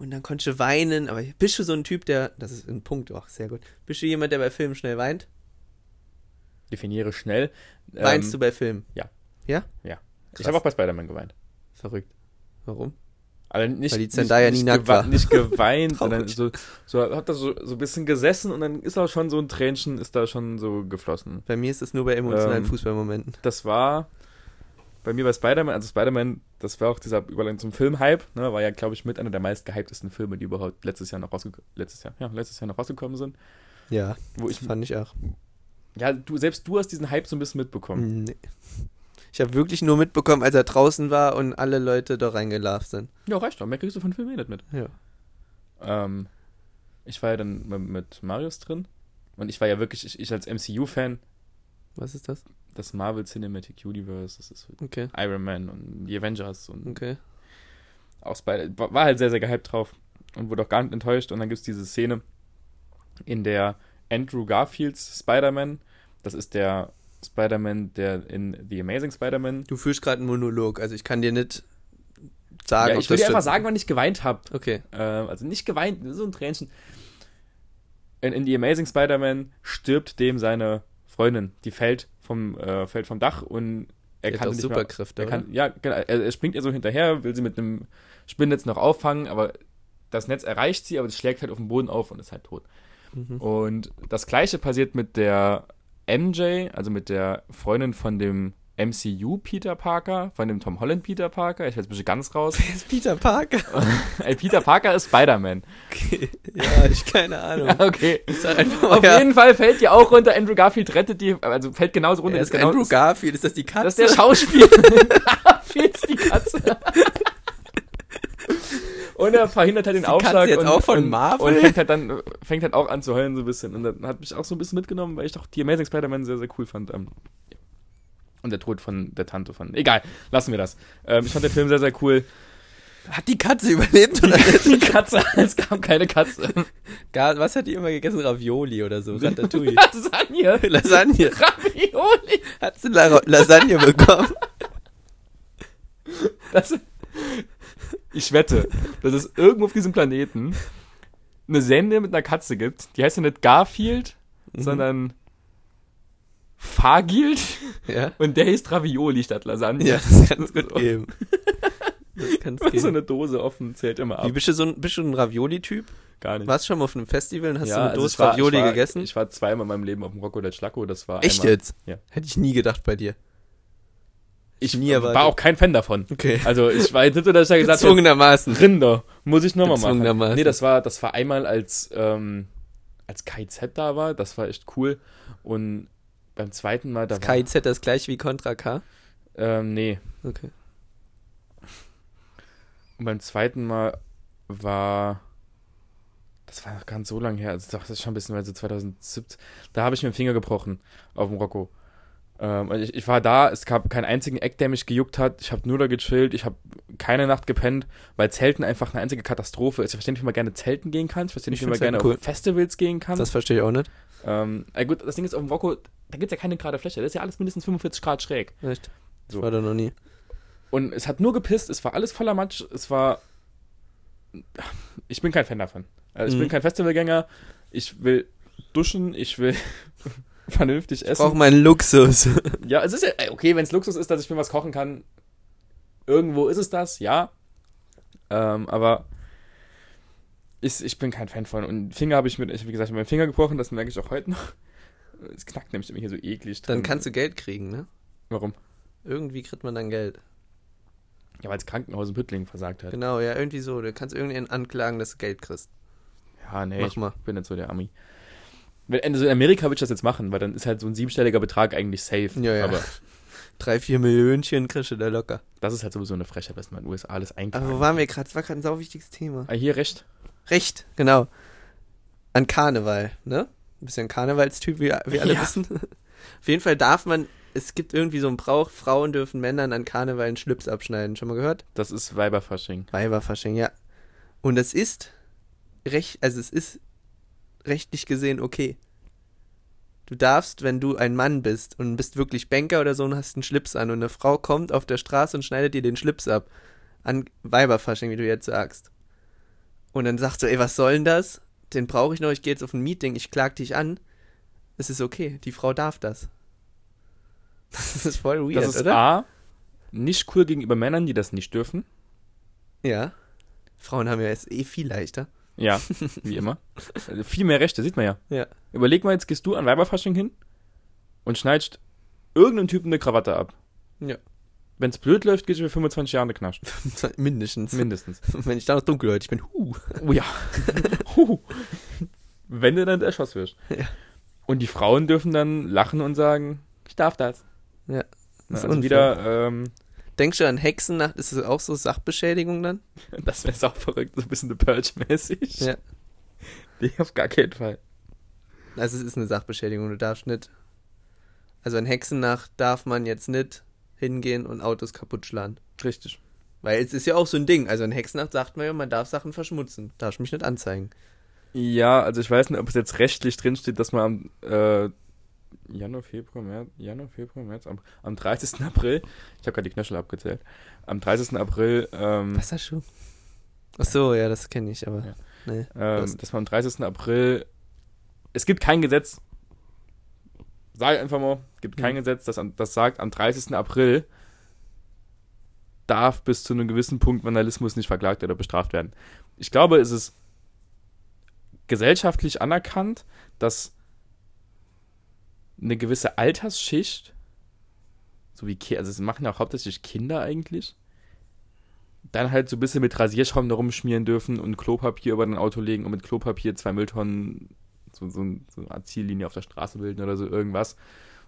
Speaker 2: und dann konnte sie weinen, aber bist du so ein Typ, der, das ist ein Punkt, auch sehr gut, bist du jemand, der bei Filmen schnell weint?
Speaker 1: Definiere schnell. Ähm,
Speaker 2: Weinst du bei Filmen?
Speaker 1: Ich habe auch bei Spider-Man geweint.
Speaker 2: Verrückt. Warum?
Speaker 1: Also nicht,
Speaker 2: Weil die
Speaker 1: nicht,
Speaker 2: Zendaya
Speaker 1: nicht,
Speaker 2: nie nackt
Speaker 1: gewa-
Speaker 2: war.
Speaker 1: nicht geweint, sondern
Speaker 2: Traurig.
Speaker 1: so, so hat da so, so ein bisschen gesessen und dann ist auch schon so ein Tränchen, ist da schon so geflossen.
Speaker 2: Bei mir ist es nur bei emotionalen
Speaker 1: Ähm,
Speaker 2: Fußballmomenten.
Speaker 1: Das war bei mir bei Spider-Man, also Spider-Man, das war auch dieser Übergang zum Film-Hype, ne, war ja, glaube ich, mit einer der meist gehyptesten Filme, die überhaupt letztes Jahr noch rausgekommen letztes Jahr, ja, letztes Jahr noch rausgekommen sind.
Speaker 2: Ja,
Speaker 1: Wo
Speaker 2: das
Speaker 1: ich,
Speaker 2: fand ich auch.
Speaker 1: ja, du, selbst du hast diesen Hype so ein bisschen mitbekommen.
Speaker 2: Nee. Ich habe wirklich nur mitbekommen, als er draußen war und alle Leute da reingelaufen sind.
Speaker 1: Ja, reicht doch, mehr kriegst du von Filmen eh nicht mit.
Speaker 2: Ja.
Speaker 1: Ähm, ich war ja dann mit- mit Marius drin und ich war ja wirklich, ich, ich als MCU-Fan,
Speaker 2: Was ist das?
Speaker 1: das Marvel Cinematic Universe, das ist
Speaker 2: Okay,
Speaker 1: Iron Man und die Avengers und
Speaker 2: okay.
Speaker 1: auch Spider war war halt sehr, sehr gehypt drauf und wurde auch gar nicht enttäuscht. Und dann gibt es diese Szene, in der Andrew Garfields Spider-Man, das ist der Spider-Man, der in The Amazing Spider-Man.
Speaker 2: Du führst gerade einen Monolog, also ich kann dir nicht sagen,
Speaker 1: Ja,
Speaker 2: ob
Speaker 1: ich will dir
Speaker 2: Ah, das
Speaker 1: einfach
Speaker 2: stimmt.
Speaker 1: sagen, wann ich geweint habe.
Speaker 2: Okay.
Speaker 1: Äh, also nicht geweint, so ein Tränchen. In, in The Amazing Spider-Man stirbt dem seine Freundin. Die fällt vom, äh, fällt vom Dach und er
Speaker 2: Die hat
Speaker 1: kann
Speaker 2: doch
Speaker 1: nicht mehr,
Speaker 2: Superkräfte,
Speaker 1: er
Speaker 2: oder?
Speaker 1: kann, ja, genau. Er, er springt ihr so hinterher, will sie mit einem Spinnnetz noch auffangen, aber das Netz erreicht sie, aber sie schlägt halt auf den Boden auf und ist halt tot.
Speaker 2: Mhm.
Speaker 1: Und das gleiche passiert mit der MJ, also mit der Freundin von dem MCU Peter Parker, von dem Tom Holland Peter Parker. Ich weiß ein bisschen ganz raus.
Speaker 2: Wer ist Peter Parker?
Speaker 1: Ey, Peter Parker ist Spider-Man.
Speaker 2: Okay. Ja, ich keine Ahnung.
Speaker 1: Okay.
Speaker 2: Ich sag einfach mal,
Speaker 1: Auf
Speaker 2: ja,
Speaker 1: jeden Fall fällt die auch runter. Andrew Garfield rettet die, also fällt genauso runter.
Speaker 2: er
Speaker 1: Das
Speaker 2: ist
Speaker 1: ist genau,
Speaker 2: Andrew Garfield, ist das die Katze?
Speaker 1: das ist der Schauspieler. Garfield ist die Katze. Und er verhindert halt den
Speaker 2: Die kannst
Speaker 1: Aufschlag
Speaker 2: du jetzt
Speaker 1: und,
Speaker 2: auch von
Speaker 1: und,
Speaker 2: Marvel?
Speaker 1: und fängt halt dann fängt halt auch an zu heulen so ein bisschen und dann hat mich auch so ein bisschen mitgenommen, weil ich doch die Amazing Spider-Man sehr sehr cool fand. Ähm, ja. Und der Tod von der Tante von egal, lassen wir das. Ähm, ich fand den Film sehr sehr cool.
Speaker 2: Hat die Katze überlebt oder nicht?
Speaker 1: Die Katze, es kam keine Katze.
Speaker 2: Gar- Was hat die immer gegessen? Ravioli oder so. Ratatouille.
Speaker 1: Lasagne.
Speaker 2: Lasagne.
Speaker 1: Ravioli.
Speaker 2: Hat sie La Lasagne bekommen?
Speaker 1: Das, ich wette, dass es irgendwo auf diesem Planeten eine Sende mit einer Katze gibt. Die heißt ja nicht Garfield,
Speaker 2: Mhm.
Speaker 1: sondern Fagild.
Speaker 2: Ja.
Speaker 1: Und der ist Ravioli statt Lasagne.
Speaker 2: Ja, das kann es gut
Speaker 1: So.
Speaker 2: geben. Das kann's
Speaker 1: So
Speaker 2: geben.
Speaker 1: eine Dose offen zählt immer
Speaker 2: Wie
Speaker 1: ab.
Speaker 2: bist du so ein, bist du ein Ravioli-Typ?
Speaker 1: Gar nicht.
Speaker 2: Warst du schon mal auf einem Festival und hast
Speaker 1: Ja,
Speaker 2: so eine
Speaker 1: also
Speaker 2: Dose
Speaker 1: ich war-
Speaker 2: Ravioli
Speaker 1: ich war,
Speaker 2: gegessen?
Speaker 1: Ich war zweimal in meinem Leben auf dem Rocco del Schlacco. Das war
Speaker 2: Echt
Speaker 1: einmal,
Speaker 2: jetzt?
Speaker 1: Ja.
Speaker 2: Hätte ich nie gedacht bei dir.
Speaker 1: Ich
Speaker 2: Nie erwartet.
Speaker 1: war auch kein Fan davon.
Speaker 2: Okay.
Speaker 1: Also ich war jetzt nicht so, dass ich da gesagt hätte,
Speaker 2: Gezwungenermaßen.
Speaker 1: Rinder. Muss ich nochmal machen.
Speaker 2: Gezwungenermaßen.
Speaker 1: Nee, das war, das war einmal, als, ähm, als KZ da war. Das war echt cool. Und beim zweiten Mal, da
Speaker 2: Ist
Speaker 1: war.
Speaker 2: KIZ das gleiche wie Contra K?
Speaker 1: Ähm, nee.
Speaker 2: Okay.
Speaker 1: Und beim zweiten Mal war. Das war noch gar nicht so lange her. Also, doch, das ist schon ein bisschen, weil so 2017. Da habe ich mir den Finger gebrochen auf dem Rocco. Ähm, und ich, ich war da, es gab keinen einzigen Eck, der mich gejuckt hat. Ich habe nur da gechillt. Ich habe keine Nacht gepennt, weil Zelten einfach eine einzige Katastrophe ist. Ich verstehe nicht, wie man gerne zelten gehen kann. Ich verstehe nicht,
Speaker 2: Ich
Speaker 1: wie man
Speaker 2: find's halt
Speaker 1: gerne
Speaker 2: cool.
Speaker 1: auf Festivals gehen kann.
Speaker 2: Das verstehe ich auch nicht.
Speaker 1: Ähm, na gut, das Ding ist, auf dem Rocco, da gibt es ja keine gerade Fläche. Das ist ja alles mindestens 45 Grad schräg.
Speaker 2: Echt? Das
Speaker 1: So.
Speaker 2: war da noch nie.
Speaker 1: Und es hat nur gepisst, es war alles voller Matsch, es war. Ich bin kein Fan davon. Also ich
Speaker 2: Mhm.
Speaker 1: bin kein Festivalgänger, ich will duschen, ich will vernünftig
Speaker 2: Brauch
Speaker 1: essen.
Speaker 2: meinen Luxus.
Speaker 1: Ja, es ist ja, ey, okay, wenn es Luxus ist, dass ich mir was kochen kann, irgendwo ist es das, ja. Ähm, aber ich, ich bin kein Fan von. Und Finger habe ich mir, ich, wie gesagt, ich hab meinen Finger gebrochen, das merke ich auch heute noch. Es knackt nämlich immer hier so eklig.
Speaker 2: Dann
Speaker 1: drin.
Speaker 2: kannst du Geld kriegen, ne?
Speaker 1: Warum?
Speaker 2: Irgendwie kriegt man dann Geld.
Speaker 1: Ja, weil das Krankenhaus in Püttlingen versagt hat.
Speaker 2: Genau, ja, irgendwie so. Du kannst irgendeinen anklagen, dass du Geld kriegst.
Speaker 1: Ja, nee,
Speaker 2: Mach
Speaker 1: ich
Speaker 2: mal.
Speaker 1: bin jetzt so der Ami. Wenn- Also in Amerika würde ich das jetzt machen, weil dann ist halt so ein siebenstelliger Betrag eigentlich safe.
Speaker 2: Ja, ja.
Speaker 1: Aber
Speaker 2: Drei, vier Millionchen kriegst du da locker.
Speaker 1: das ist halt sowieso eine Frechheit, dass man in den USA alles
Speaker 2: Aber wo
Speaker 1: einkauft.
Speaker 2: waren wir gerade? Das war gerade ein sau wichtiges Thema.
Speaker 1: Ah, hier recht.
Speaker 2: Recht, genau. An Karneval, ne? Ein bisschen Karnevalstyp, wie wir alle
Speaker 1: Ja.
Speaker 2: wissen. Auf jeden Fall darf man, es gibt irgendwie so einen Brauch, Frauen dürfen Männern an Karneval einen Schlips abschneiden. Schon mal gehört?
Speaker 1: Das ist Weiberfasching.
Speaker 2: Weiberfasching, ja. Und das ist recht, also es ist rechtlich gesehen okay. Du darfst, wenn du ein Mann bist und bist wirklich Banker oder so und hast einen Schlips an und eine Frau kommt auf der Straße und schneidet dir den Schlips ab. An Weiberfasching, wie du jetzt sagst. Und dann sagst du, ey, was soll denn das? Den brauche ich noch, ich gehe jetzt auf ein Meeting, ich klag dich an. Es ist okay, die Frau darf das. Das ist voll weird,
Speaker 1: das ist
Speaker 2: oder?
Speaker 1: A, nicht cool gegenüber Männern, die das nicht dürfen.
Speaker 2: Ja. Frauen haben ja es eh viel leichter.
Speaker 1: Ja, wie immer. Also viel mehr Rechte, sieht man ja.
Speaker 2: Ja.
Speaker 1: Überleg mal, jetzt gehst du an Weiberfasching hin und schneidest irgendeinem Typen eine Krawatte ab.
Speaker 2: Ja.
Speaker 1: Wenn es blöd läuft, gehst du für 25 Jahre in den Knast.
Speaker 2: Mindestens.
Speaker 1: Mindestens.
Speaker 2: Wenn ich da noch dunkelhäutig bin, huh.
Speaker 1: Oh ja. Huh. Wenn du dann erschossen wirst.
Speaker 2: Ja.
Speaker 1: Und die Frauen dürfen dann lachen und sagen, ich darf das.
Speaker 2: Ja,
Speaker 1: Das
Speaker 2: ist
Speaker 1: also
Speaker 2: unfair.
Speaker 1: wieder, ähm,
Speaker 2: Denkst du an Hexennacht? Ist das auch so Sachbeschädigung dann?
Speaker 1: das wäre auch verrückt, so ein bisschen The Purge-mäßig.
Speaker 2: Ja.
Speaker 1: Nee, auf gar keinen Fall.
Speaker 2: Also es ist eine Sachbeschädigung, du darfst nicht. Also an Hexennacht darf man jetzt nicht hingehen und Autos kaputt schlagen.
Speaker 1: Richtig.
Speaker 2: Weil es ist ja auch so ein Ding. Also an Hexennacht sagt man ja, man darf Sachen verschmutzen. Darfst mich nicht anzeigen.
Speaker 1: Ja, also ich weiß nicht, ob es jetzt rechtlich drinsteht, dass man am äh, Januar, Februar, März, Januar, Februar, März, am, am 30. April, ich habe gerade die Knöchel abgezählt, am 30. April, ähm,
Speaker 2: Wasserschuh. Ach so, ja, das kenne ich, aber.
Speaker 1: Ja.
Speaker 2: Nee.
Speaker 1: ähm,
Speaker 2: Das-
Speaker 1: dass man am 30. April. Es gibt kein Gesetz. Sag ich einfach mal, es gibt kein Gesetz, das, am- das sagt, am 30. April darf bis zu einem gewissen Punkt Vandalismus nicht verklagt oder bestraft werden. Ich glaube, es ist gesellschaftlich anerkannt, dass eine gewisse Altersschicht, so wie Ki- also es machen ja auch hauptsächlich Kinder eigentlich, dann halt so ein bisschen mit Rasierschaum da rumschmieren dürfen und Klopapier über dein Auto legen und mit Klopapier zwei Mülltonnen so, so, so eine Art Ziellinie auf der Straße bilden oder so irgendwas.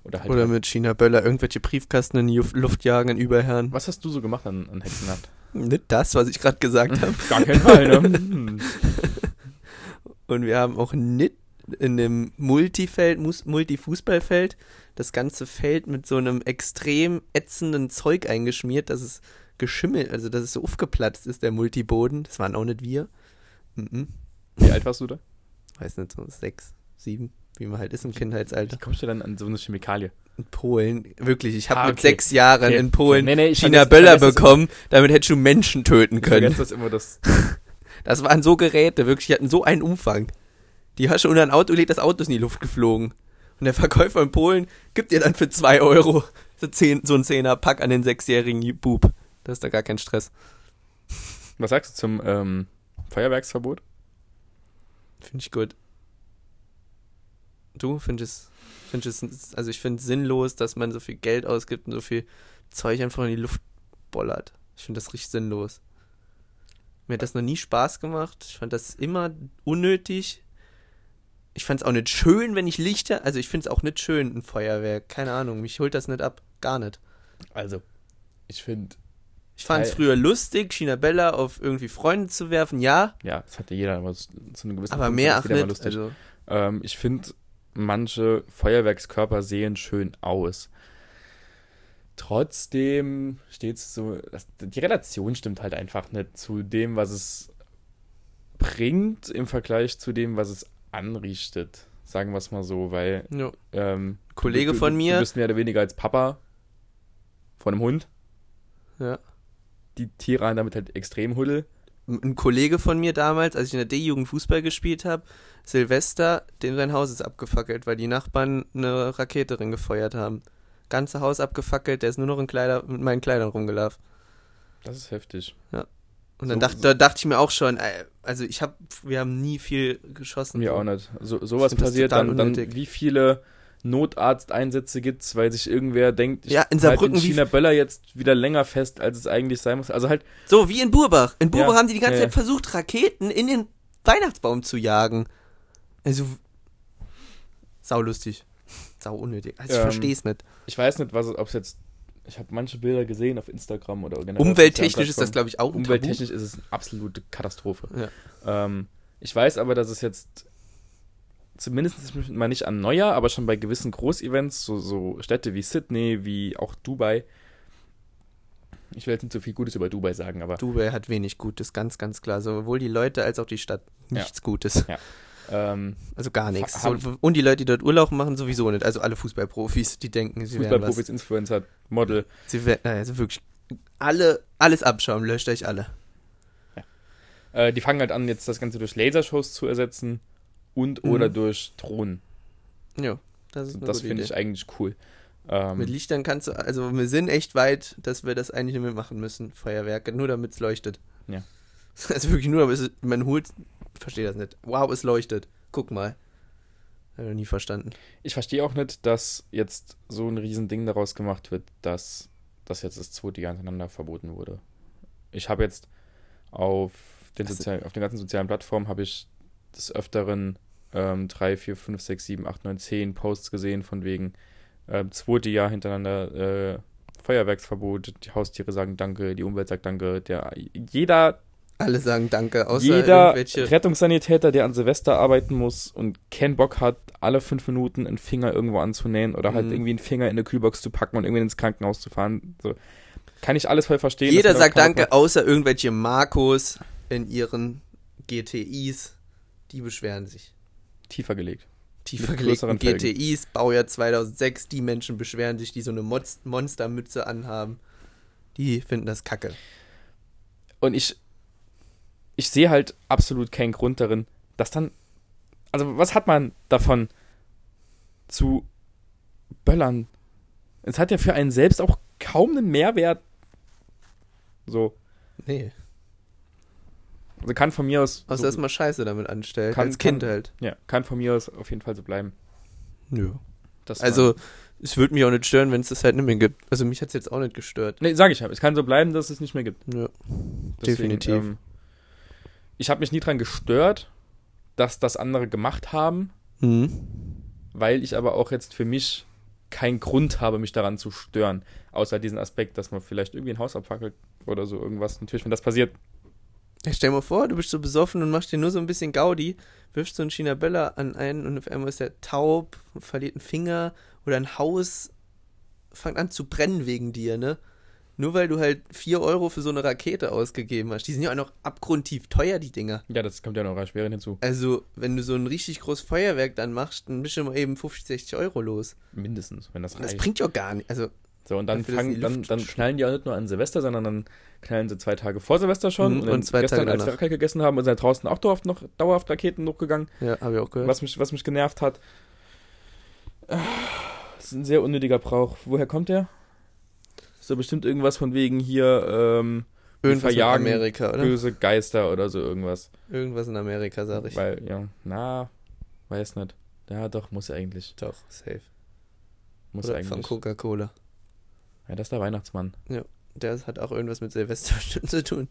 Speaker 1: Oder halt.
Speaker 2: Oder mit China Böller irgendwelche Briefkasten in die Ju- Luft jagen an Überherren.
Speaker 1: was hast du so gemacht an, an Hexennacht?
Speaker 2: Nicht das, was ich gerade gesagt habe.
Speaker 1: Gar kein Fall, ne? Hm.
Speaker 2: Und wir haben auch nicht in dem Multifeld, Mus- Multifußballfeld, das ganze Feld mit so einem extrem ätzenden Zeug eingeschmiert, dass es geschimmelt, also dass es so aufgeplatzt ist, der Multiboden. Das waren auch nicht wir. Mhm.
Speaker 1: Wie alt warst du da?
Speaker 2: Weiß nicht, so sechs, sieben, wie man halt ist im Kindheitsalter.
Speaker 1: Wie kommst du dann an so eine Chemikalie?
Speaker 2: In Polen, wirklich, ich habe
Speaker 1: Ah,
Speaker 2: mit
Speaker 1: okay.
Speaker 2: sechs Jahren
Speaker 1: Okay.
Speaker 2: in Polen
Speaker 1: Nee, nee, ich
Speaker 2: China
Speaker 1: vergesse-
Speaker 2: Böller
Speaker 1: vergesse das-
Speaker 2: bekommen, damit hättest du Menschen töten
Speaker 1: Ich
Speaker 2: können.
Speaker 1: vergesse das immer, das.
Speaker 2: Das waren so Geräte, wirklich, die hatten so einen Umfang. Die hast du unter ein Auto gelegt, das Auto ist in die Luft geflogen. Und der Verkäufer in Polen gibt dir dann für 2 Euro so, zehn, so einen Zehner-Pack an den sechsjährigen Bub. Da ist da gar kein Stress.
Speaker 1: Was sagst du zum ähm, Feuerwerksverbot?
Speaker 2: Finde ich gut. Du findest, findest es, also ich finde es sinnlos, dass man so viel Geld ausgibt und so viel Zeug einfach in die Luft bollert. Ich finde das richtig sinnlos. Mir hat das noch nie Spaß gemacht. Ich fand das immer unnötig. Ich fand es auch nicht schön, wenn ich Lichter, also ich finde es auch nicht schön, ein Feuerwerk. Keine Ahnung, mich holt das nicht ab. Gar nicht.
Speaker 1: Also, ich finde,
Speaker 2: Ich fand es
Speaker 1: Teil-
Speaker 2: früher lustig, China Bella auf irgendwie Freunde zu werfen, ja,
Speaker 1: ja, das hat ja jeder aber zu zu einem gewissen
Speaker 2: aber
Speaker 1: Punkt
Speaker 2: mehr
Speaker 1: hat
Speaker 2: auch
Speaker 1: jeder mal
Speaker 2: nicht.
Speaker 1: lustig.
Speaker 2: Also,
Speaker 1: Ähm, ich finde, manche Feuerwerkskörper sehen schön aus. Trotzdem steht es so, das, die Relation stimmt halt einfach nicht zu dem, was es bringt im Vergleich zu dem, was es anrichtet. Sagen wir es mal so, weil
Speaker 2: ja.
Speaker 1: ähm,
Speaker 2: Kollege
Speaker 1: du,
Speaker 2: von
Speaker 1: du,
Speaker 2: mir-
Speaker 1: Du bist mehr oder weniger als Papa von einem Hund.
Speaker 2: Ja.
Speaker 1: Die Tiere haben damit halt extrem Huddel.
Speaker 2: ein Kollege von mir damals, als ich in der D-Jugend Fußball gespielt habe, Silvester, dem sein Haus ist abgefackelt, weil die Nachbarn eine Rakete drin gefeuert haben. Ganze Haus abgefackelt, der ist nur noch in Kleider, mit meinen Kleidern rumgelaufen.
Speaker 1: Das ist heftig.
Speaker 2: Und dann
Speaker 1: So-
Speaker 2: dachte, da dachte ich mir auch schon, äh, also ich habe, wir haben nie viel geschossen.
Speaker 1: Mir
Speaker 2: so.
Speaker 1: auch nicht. So, sowas
Speaker 2: Ich find das
Speaker 1: passiert
Speaker 2: total
Speaker 1: dann, dann
Speaker 2: unnötig.
Speaker 1: wie viele Notarzteinsätze gibt es, weil sich irgendwer denkt, ich
Speaker 2: Ja, in
Speaker 1: halte
Speaker 2: Saarbrücken
Speaker 1: den
Speaker 2: wie-
Speaker 1: China Böller jetzt wieder länger fest, als es eigentlich sein muss. Also halt,
Speaker 2: So, wie in Burbach. In Burbach
Speaker 1: Ja,
Speaker 2: haben die die ganze
Speaker 1: ja,
Speaker 2: Zeit versucht, Raketen in den Weihnachtsbaum zu jagen. Also, sau lustig. Sau unnötig. Also, ich
Speaker 1: Ähm,
Speaker 2: verstehe es nicht.
Speaker 1: ich weiß nicht, was ob es jetzt. Ich habe manche Bilder gesehen auf Instagram oder generell. auf
Speaker 2: Umwelttechnisch ist
Speaker 1: Instagram-Plattformen.
Speaker 2: das, glaube ich, auch ein Tabu.
Speaker 1: Umwelttechnisch ist es eine absolute Katastrophe. Ähm, ich weiß aber, dass es jetzt zumindest mal nicht an Neujahr, aber schon bei gewissen Großevents, so, so Städte wie Sydney, wie auch Dubai. Ich will jetzt nicht so viel Gutes über Dubai sagen, aber
Speaker 2: Dubai hat wenig Gutes, ganz, ganz klar. Sowohl die Leute als auch die Stadt.
Speaker 1: Ja.
Speaker 2: Nichts Gutes.
Speaker 1: ähm,
Speaker 2: Also gar nichts. So,
Speaker 1: Haben-
Speaker 2: und die Leute, die dort Urlaub machen, sowieso nicht. Also alle Fußballprofis, die denken, sie werden was.
Speaker 1: Fußballprofis, Influencer, Model.
Speaker 2: Sie werden, also wirklich, alle, alles abschauen, löscht euch alle.
Speaker 1: Äh, die fangen halt an, jetzt das Ganze durch Lasershows zu ersetzen und
Speaker 2: Mhm.
Speaker 1: oder durch Drohnen.
Speaker 2: Ja, das ist eine
Speaker 1: Das
Speaker 2: gute
Speaker 1: finde
Speaker 2: Idee.
Speaker 1: ich eigentlich cool.
Speaker 2: Mit
Speaker 1: Ähm,
Speaker 2: Lichtern kannst du, also wir sind echt weit, dass wir das eigentlich nicht mehr machen müssen, Feuerwerke, nur damit es leuchtet.
Speaker 1: Ja.
Speaker 2: Also wirklich nur, aber es, ist- man holt, verstehe das nicht. Wow, es leuchtet. Guck mal. Habe ich noch nie verstanden.
Speaker 1: ich verstehe auch nicht, dass jetzt so ein Riesending daraus gemacht wird, dass das jetzt das zweite Jahr hintereinander verboten wurde. Ich habe jetzt auf den,
Speaker 2: Also-
Speaker 1: sozialen, auf den ganzen sozialen Plattformen habe ich des Öfteren ähm, 3, 4, 5, 6, 7, 8, 9, 10 Posts gesehen von wegen ähm, zweite Jahr hintereinander äh, Feuerwerksverbot, die Haustiere sagen Danke, die Umwelt sagt Danke, der, jeder
Speaker 2: Alle sagen Danke, außer
Speaker 1: jeder
Speaker 2: irgendwelche
Speaker 1: Rettungssanitäter, der an Silvester arbeiten muss und keinen Bock hat, alle fünf Minuten einen Finger irgendwo anzunähen oder halt
Speaker 2: Mhm.
Speaker 1: irgendwie einen Finger in eine Kühlbox zu packen und irgendwie ins Krankenhaus zu fahren, so. kann ich alles voll verstehen. Das
Speaker 2: Jeder
Speaker 1: hat auch
Speaker 2: sagt
Speaker 1: keiner Bock
Speaker 2: Danke, außer irgendwelche Marcos in ihren GTIs. Die beschweren sich.
Speaker 1: mehr. Tiefer gelegt.
Speaker 2: Tiefer
Speaker 1: Mit
Speaker 2: gelegten
Speaker 1: größeren Felgen.
Speaker 2: GTIs, Baujahr 2006, die Menschen beschweren sich, die so eine Moz- Monstermütze anhaben. Die finden das kacke.
Speaker 1: Und ich, ich sehe halt absolut keinen Grund darin, dass dann, also was hat man davon zu böllern? Es hat ja für einen selbst auch kaum einen Mehrwert. So.
Speaker 2: Nee.
Speaker 1: Also kann von mir aus.
Speaker 2: Außer
Speaker 1: so
Speaker 2: dass man Scheiße damit anstellt.
Speaker 1: Kann-
Speaker 2: als Kind
Speaker 1: kann-
Speaker 2: halt.
Speaker 1: Ja, kann von mir aus auf jeden Fall so bleiben.
Speaker 2: Nö.
Speaker 1: Das
Speaker 2: Also, es würde mich auch nicht stören, wenn es das halt nicht mehr gibt. Also, mich hat es jetzt auch nicht gestört.
Speaker 1: nee, sage ich ja. Es kann so bleiben, dass es nicht mehr gibt.
Speaker 2: Nö.
Speaker 1: Deswegen,
Speaker 2: Definitiv.
Speaker 1: Ähm, ich habe mich nie dran gestört, dass das andere gemacht haben,
Speaker 2: Mhm.
Speaker 1: weil ich aber auch jetzt für mich keinen Grund habe, mich daran zu stören. Außer diesen Aspekt, dass man vielleicht irgendwie ein Haus abfackelt oder so irgendwas. Natürlich, wenn das passiert,
Speaker 2: Ja, stell mal vor, du bist so besoffen und machst dir nur so ein bisschen Gaudi, wirfst so einen Chinabella an einen und auf einmal ist er taub, verliert einen Finger oder ein Haus fängt an zu brennen wegen dir, ne? Nur weil du halt 4 Euro für so eine Rakete ausgegeben hast. Die sind ja auch noch abgrundtief teuer, die Dinger.
Speaker 1: ja, das kommt ja noch erschwerend hinzu.
Speaker 2: Also, wenn du so ein richtig großes Feuerwerk dann machst, dann bist du mal eben 50, 60 Euro los.
Speaker 1: Mindestens, wenn das
Speaker 2: Und das
Speaker 1: reicht.
Speaker 2: bringt ja gar nicht. Also,
Speaker 1: So, und dann,
Speaker 2: Dafür, dass
Speaker 1: fangen,
Speaker 2: die
Speaker 1: dann,
Speaker 2: Luft
Speaker 1: dann
Speaker 2: sch-
Speaker 1: knallen die auch nicht nur an Silvester, sondern dann knallen sie zwei Tage vor Silvester schon.
Speaker 2: Mhm,
Speaker 1: und, dann
Speaker 2: und zwei
Speaker 1: gestern,
Speaker 2: Tage
Speaker 1: als wir
Speaker 2: danach.
Speaker 1: Raclette gegessen haben, sind ja draußen auch dauerhaft, noch, dauerhaft Raketen hochgegangen,
Speaker 2: ja, habe ich auch gehört.
Speaker 1: was mich, was mich genervt hat. Ah, Das ist ein sehr unnötiger Brauch. Woher kommt der? Ist da bestimmt irgendwas von wegen hier ähm,
Speaker 2: Irgendwas in
Speaker 1: verjagen-
Speaker 2: Amerika, oder?
Speaker 1: böse Geister oder so irgendwas.
Speaker 2: Irgendwas in Amerika, sag ich.
Speaker 1: Weil, ja, na, weiß nicht. Ja, doch, muss ja eigentlich.
Speaker 2: Doch, safe.
Speaker 1: Muss ja
Speaker 2: Oder von
Speaker 1: eigentlich.
Speaker 2: Coca-Cola.
Speaker 1: Ja, das ist der Weihnachtsmann.
Speaker 2: Der hat auch irgendwas mit Silvester bestimmt zu tun.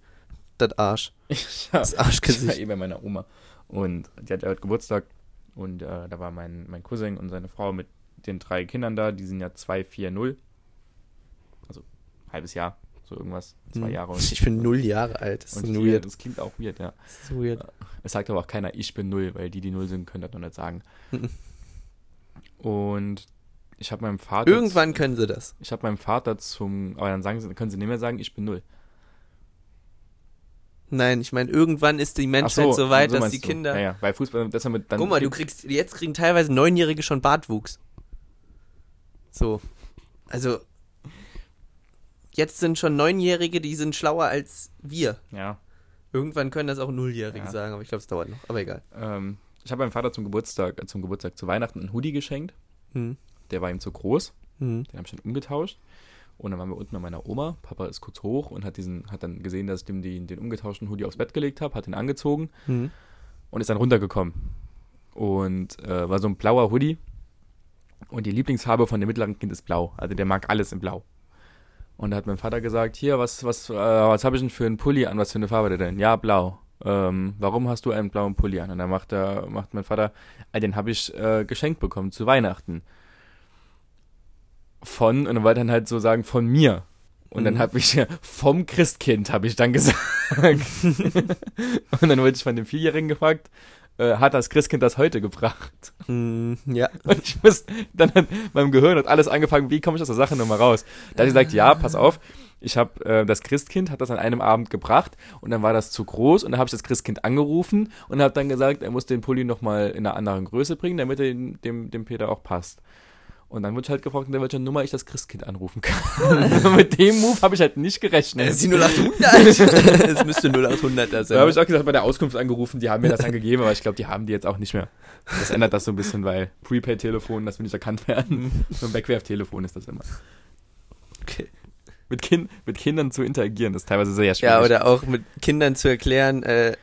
Speaker 2: Das Arsch.
Speaker 1: Ich hab-
Speaker 2: Das
Speaker 1: Ich war
Speaker 2: Arschgesicht.
Speaker 1: eh bei meiner Oma. Und die hat ja heute Geburtstag. Und äh, da war mein, mein Cousin und seine Frau mit den drei Kindern da. Die sind ja 2, 4, 0. Also halbes Jahr. So irgendwas. Zwei
Speaker 2: Hm.
Speaker 1: Jahre. Und,
Speaker 2: Ich bin null Jahre alt. Das ist
Speaker 1: und vier.
Speaker 2: weird.
Speaker 1: Das klingt auch weird, ja.
Speaker 2: Das ist weird.
Speaker 1: Es sagt aber auch keiner, ich bin null, weil die, die null sind, können das noch nicht sagen.
Speaker 2: Mhm.
Speaker 1: und ich habe meinem Vater.
Speaker 2: Irgendwann können sie das.
Speaker 1: Ich habe meinem Vater zum. Aber dann sagen sie, können sie nicht mehr sagen, ich bin null.
Speaker 2: Nein, ich meine, irgendwann ist die Menschheit
Speaker 1: Ach
Speaker 2: so, weit, dass
Speaker 1: meinst
Speaker 2: die
Speaker 1: du.
Speaker 2: Kinder.
Speaker 1: Ja, ja, weil Fußball. Das haben wir dann
Speaker 2: Guck mal, du kriegst, jetzt kriegen teilweise Neunjährige schon Bartwuchs. So. Also. Jetzt sind schon Neunjährige, die sind schlauer als wir.
Speaker 1: Ja.
Speaker 2: Irgendwann können das auch Nulljährige
Speaker 1: Ja.
Speaker 2: sagen, aber ich glaube, es dauert noch. Aber egal.
Speaker 1: Ähm, ich habe meinem Vater zum Geburtstag, äh, zum Geburtstag zu Weihnachten einen Hoodie geschenkt.
Speaker 2: Hm.
Speaker 1: Der war ihm zu groß.
Speaker 2: Hm.
Speaker 1: Den habe ich dann umgetauscht. Und dann waren wir unten bei meiner Oma. Papa ist kurz hoch und hat diesen, hat dann gesehen, dass ich dem den, den umgetauschten Hoodie aufs Bett gelegt habe, hat ihn angezogen
Speaker 2: Hm.
Speaker 1: und ist dann runtergekommen. Und äh, war so ein blauer Hoodie. Und die Lieblingsfarbe von dem mittleren Kind ist blau. Also der mag alles in blau. Und da hat mein Vater gesagt, hier, was, was, äh, was habe ich denn für einen Pulli an? Was für eine Farbe denn? Ja, blau. Ähm, warum hast du einen blauen Pulli an? Und dann macht, er, macht mein Vater, "Ah, den habe ich äh, geschenkt bekommen zu Weihnachten. Von, und dann wollte er dann halt so sagen, von mir. Und dann
Speaker 2: Mhm.
Speaker 1: habe ich, äh, vom Christkind habe ich dann gesagt. und dann wurde ich von dem Vierjährigen gefragt, äh, hat das Christkind das heute gebracht?
Speaker 2: Hm. Ja.
Speaker 1: Und ich muss, dann hat meinem Gehirn hat alles angefangen, wie komme ich aus der Sache nochmal raus? Da hat sie gesagt, ja, pass auf, ich habe äh, das Christkind, hat das an einem Abend gebracht und dann war das zu groß und dann habe ich das Christkind angerufen und habe dann gesagt, er muss den Pulli nochmal in einer anderen Größe bringen, damit er den, dem, dem Peter auch passt. Und dann wurde ich halt gefragt, in welcher Nummer ich das Christkind anrufen kann. Mit dem Move habe ich halt nicht gerechnet.
Speaker 2: Das ist die 0800. Es müsste 0800er sein.
Speaker 1: Da habe ich auch gesagt, bei der Auskunft angerufen, die haben mir das dann gegeben, aber ich glaube, die haben die jetzt auch nicht mehr. Das ändert das so ein bisschen, weil Prepaid-Telefon, das will nicht erkannt werden. So ein Wegwerftelefon ist das immer.
Speaker 2: Mhm. okay.
Speaker 1: Mit, kind, mit Kindern zu interagieren, das ist teilweise sehr schwierig.
Speaker 2: Ja, oder auch mit Kindern zu erklären, äh,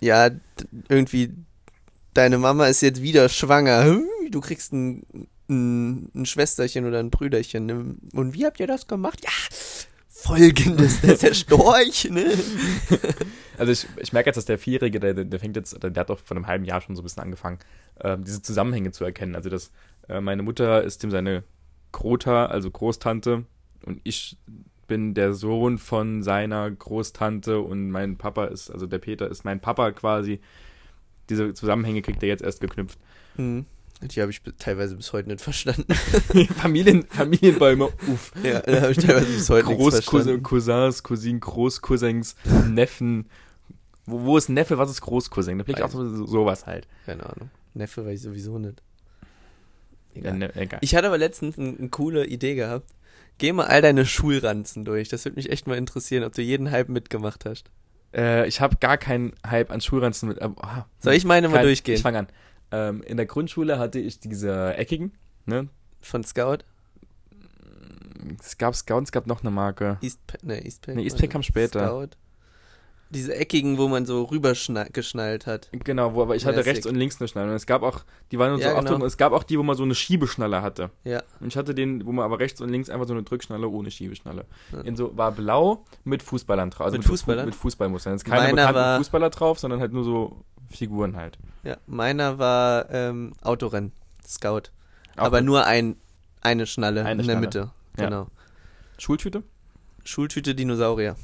Speaker 2: ja, d- irgendwie, deine Mama ist jetzt wieder schwanger. Hm, Du kriegst ein, ein, ein Schwesterchen oder ein Brüderchen. ne? Und wie habt ihr das gemacht? Ja, folgendes, das ist der Storch, ne?
Speaker 1: Also ich, ich merke jetzt, dass der Vierjährige, der, der fängt jetzt, oder der hat doch vor einem halben Jahr schon so ein bisschen angefangen, ähm, diese Zusammenhänge zu erkennen. Also dass äh, meine Mutter ist ihm seine Grota, also Großtante, und ich bin der Sohn von seiner Großtante und mein Papa ist, also der Peter ist mein Papa quasi. Diese Zusammenhänge kriegt er jetzt erst geknüpft.
Speaker 2: Hm. Die habe ich bi- teilweise bis heute nicht verstanden.
Speaker 1: Familien, Familienbäume, uff.
Speaker 2: Ja, da habe ich teilweise bis heute nichts
Speaker 1: Großcousins,
Speaker 2: verstanden.
Speaker 1: Cousins, Cousinen, Großcousins, Neffen. Wo, wo ist Neffe, was ist Großcousin? Da blicke ich auch so, sowas halt.
Speaker 2: Keine Ahnung. Neffe weiß ich sowieso nicht.
Speaker 1: Ja, ne, egal.
Speaker 2: Ich hatte aber letztens ein- eine coole Idee gehabt. Geh mal all deine Schulranzen durch. Das würde mich echt mal interessieren, ob du jeden Hype mitgemacht hast.
Speaker 1: Äh, ich habe gar keinen Hype an Schulranzen mit. aber, ah,
Speaker 2: Soll ich meine mal
Speaker 1: kein-
Speaker 2: durchgehen?
Speaker 1: Ich fange an. Ähm, in der Grundschule hatte ich diese eckigen. Ne?
Speaker 2: Von Scout?
Speaker 1: Es gab Scout, es gab noch eine Marke.
Speaker 2: Eastpack? Ne, Eastpack.
Speaker 1: Nee, Eastpak kam später.
Speaker 2: Scout. Diese eckigen, wo man so rübergeschnallt hat.
Speaker 1: Genau, wo, aber ich hatte
Speaker 2: Classic.
Speaker 1: rechts und links eine Schnalle. Und es gab auch, die waren nur
Speaker 2: Ja,
Speaker 1: so
Speaker 2: genau.
Speaker 1: Achtung, es gab auch die, wo man so eine Schiebeschnalle hatte.
Speaker 2: Ja.
Speaker 1: Und ich hatte den, wo man aber rechts und links einfach so eine Drückschnalle ohne Schiebeschnalle.
Speaker 2: Ja.
Speaker 1: In so, war blau mit Fußballern drauf. Also
Speaker 2: Mit Fußballern?
Speaker 1: Mit Fußballmustern. Jetzt keine
Speaker 2: Meiner
Speaker 1: bekannten
Speaker 2: war-
Speaker 1: Fußballer drauf, sondern halt nur so Figuren halt.
Speaker 2: ja. Meiner war ähm, Autorennen. Scout. aber nur ein Eine Schnalle
Speaker 1: Eine
Speaker 2: in
Speaker 1: Schnalle.
Speaker 2: der Mitte.
Speaker 1: Ja.
Speaker 2: Genau.
Speaker 1: Schultüte?
Speaker 2: Schultüte Dinosaurier.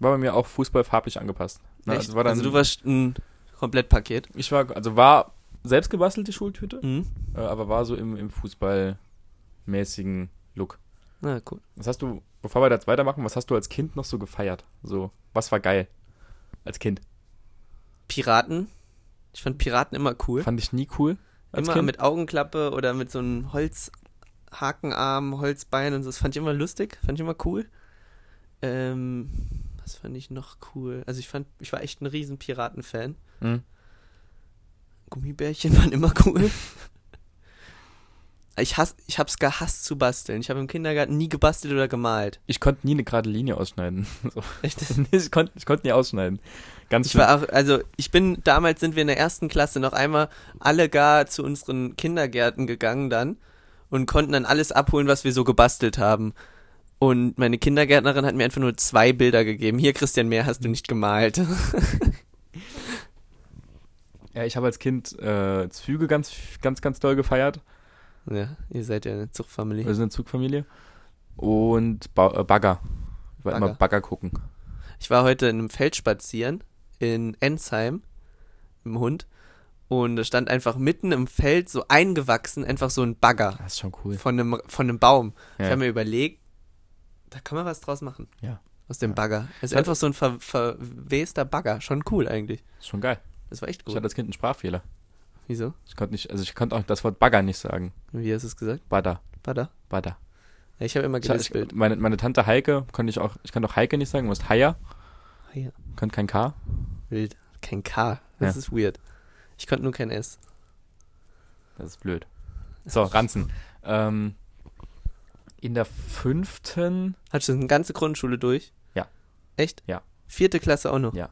Speaker 1: War bei mir auch Fußball farblich angepasst. Ne,
Speaker 2: Echt?
Speaker 1: Also, war dann,
Speaker 2: also du warst ein Komplettpaket.
Speaker 1: ich war, also war selbst gebastelt die Schultüte,
Speaker 2: Mhm.
Speaker 1: äh, aber war so im, im fußballmäßigen Look.
Speaker 2: Na cool.
Speaker 1: Was hast du, bevor wir das weitermachen, was hast du als Kind noch so gefeiert? So, was war geil? Als Kind.
Speaker 2: Piraten. Ich fand Piraten immer cool.
Speaker 1: Fand ich nie cool. Als
Speaker 2: Immer
Speaker 1: Kind.
Speaker 2: mit Augenklappe oder mit so einem Holzhakenarm, Holzbein und so. Das fand ich immer lustig, fand ich immer cool. Ähm, was fand ich noch cool? Also ich fand, ich war echt ein riesen Piraten-Fan.
Speaker 1: Mhm.
Speaker 2: Gummibärchen waren immer cool. Ich, hasse, ich hab's gehasst zu basteln. Ich habe im Kindergarten nie gebastelt oder gemalt.
Speaker 1: Ich konnte nie eine gerade Linie ausschneiden. So.
Speaker 2: Echt?
Speaker 1: ich konnte ich konnt nie ausschneiden. Ganz
Speaker 2: Ich war auch, also ich bin, damals sind wir in der ersten Klasse noch einmal alle gar zu unseren Kindergärten gegangen dann und konnten dann alles abholen, was wir so gebastelt haben. Und meine Kindergärtnerin hat mir einfach nur zwei Bilder gegeben. Hier, Christian, mehr hast du nicht gemalt.
Speaker 1: schlimm. ja, ich habe als Kind äh, Züge ganz, ganz, ganz doll gefeiert.
Speaker 2: ja, ihr seid ja eine Zuchtfamilie.
Speaker 1: Wir sind eine Zugfamilie. Und ba äh, Bagger. Ich war
Speaker 2: Bagger.
Speaker 1: immer Bagger gucken.
Speaker 2: Ich war heute in einem Feld spazieren in Ensheim im Hund und da stand einfach mitten im Feld so eingewachsen einfach so ein Bagger
Speaker 1: Das ist schon cool.
Speaker 2: von einem, von einem Baum. Ich
Speaker 1: Ja.
Speaker 2: habe mir überlegt, da kann man was draus machen.
Speaker 1: Ja.
Speaker 2: Aus dem
Speaker 1: Ja.
Speaker 2: Bagger. Es ist
Speaker 1: Ja.
Speaker 2: einfach so ein ver verwester Bagger. Schon cool eigentlich.
Speaker 1: Das ist schon geil.
Speaker 2: Das war echt
Speaker 1: Ich
Speaker 2: gut.
Speaker 1: hatte als Kind einen Sprachfehler.
Speaker 2: Wieso?
Speaker 1: Ich konnte nicht, also ich konnte auch das Wort Bagger nicht sagen.
Speaker 2: Wie hast du es gesagt?
Speaker 1: Badder.
Speaker 2: Bagger?
Speaker 1: Badder.
Speaker 2: Ja, ich habe immer
Speaker 1: Ich,
Speaker 2: gedacht,
Speaker 1: ich, meine, meine Tante Heike konnte ich auch, ich kann auch Heike nicht sagen, du musst Haier,
Speaker 2: Haier.
Speaker 1: konnte kein K.
Speaker 2: wild. Kein K. Das
Speaker 1: Ja.
Speaker 2: ist weird. Ich konnte nur kein S.
Speaker 1: Das ist blöd. So, Ranzen. ähm, in der fünften,
Speaker 2: Hattest du eine ganze Grundschule durch?
Speaker 1: Ja.
Speaker 2: Echt?
Speaker 1: Ja.
Speaker 2: Vierte Klasse auch noch?
Speaker 1: Ja.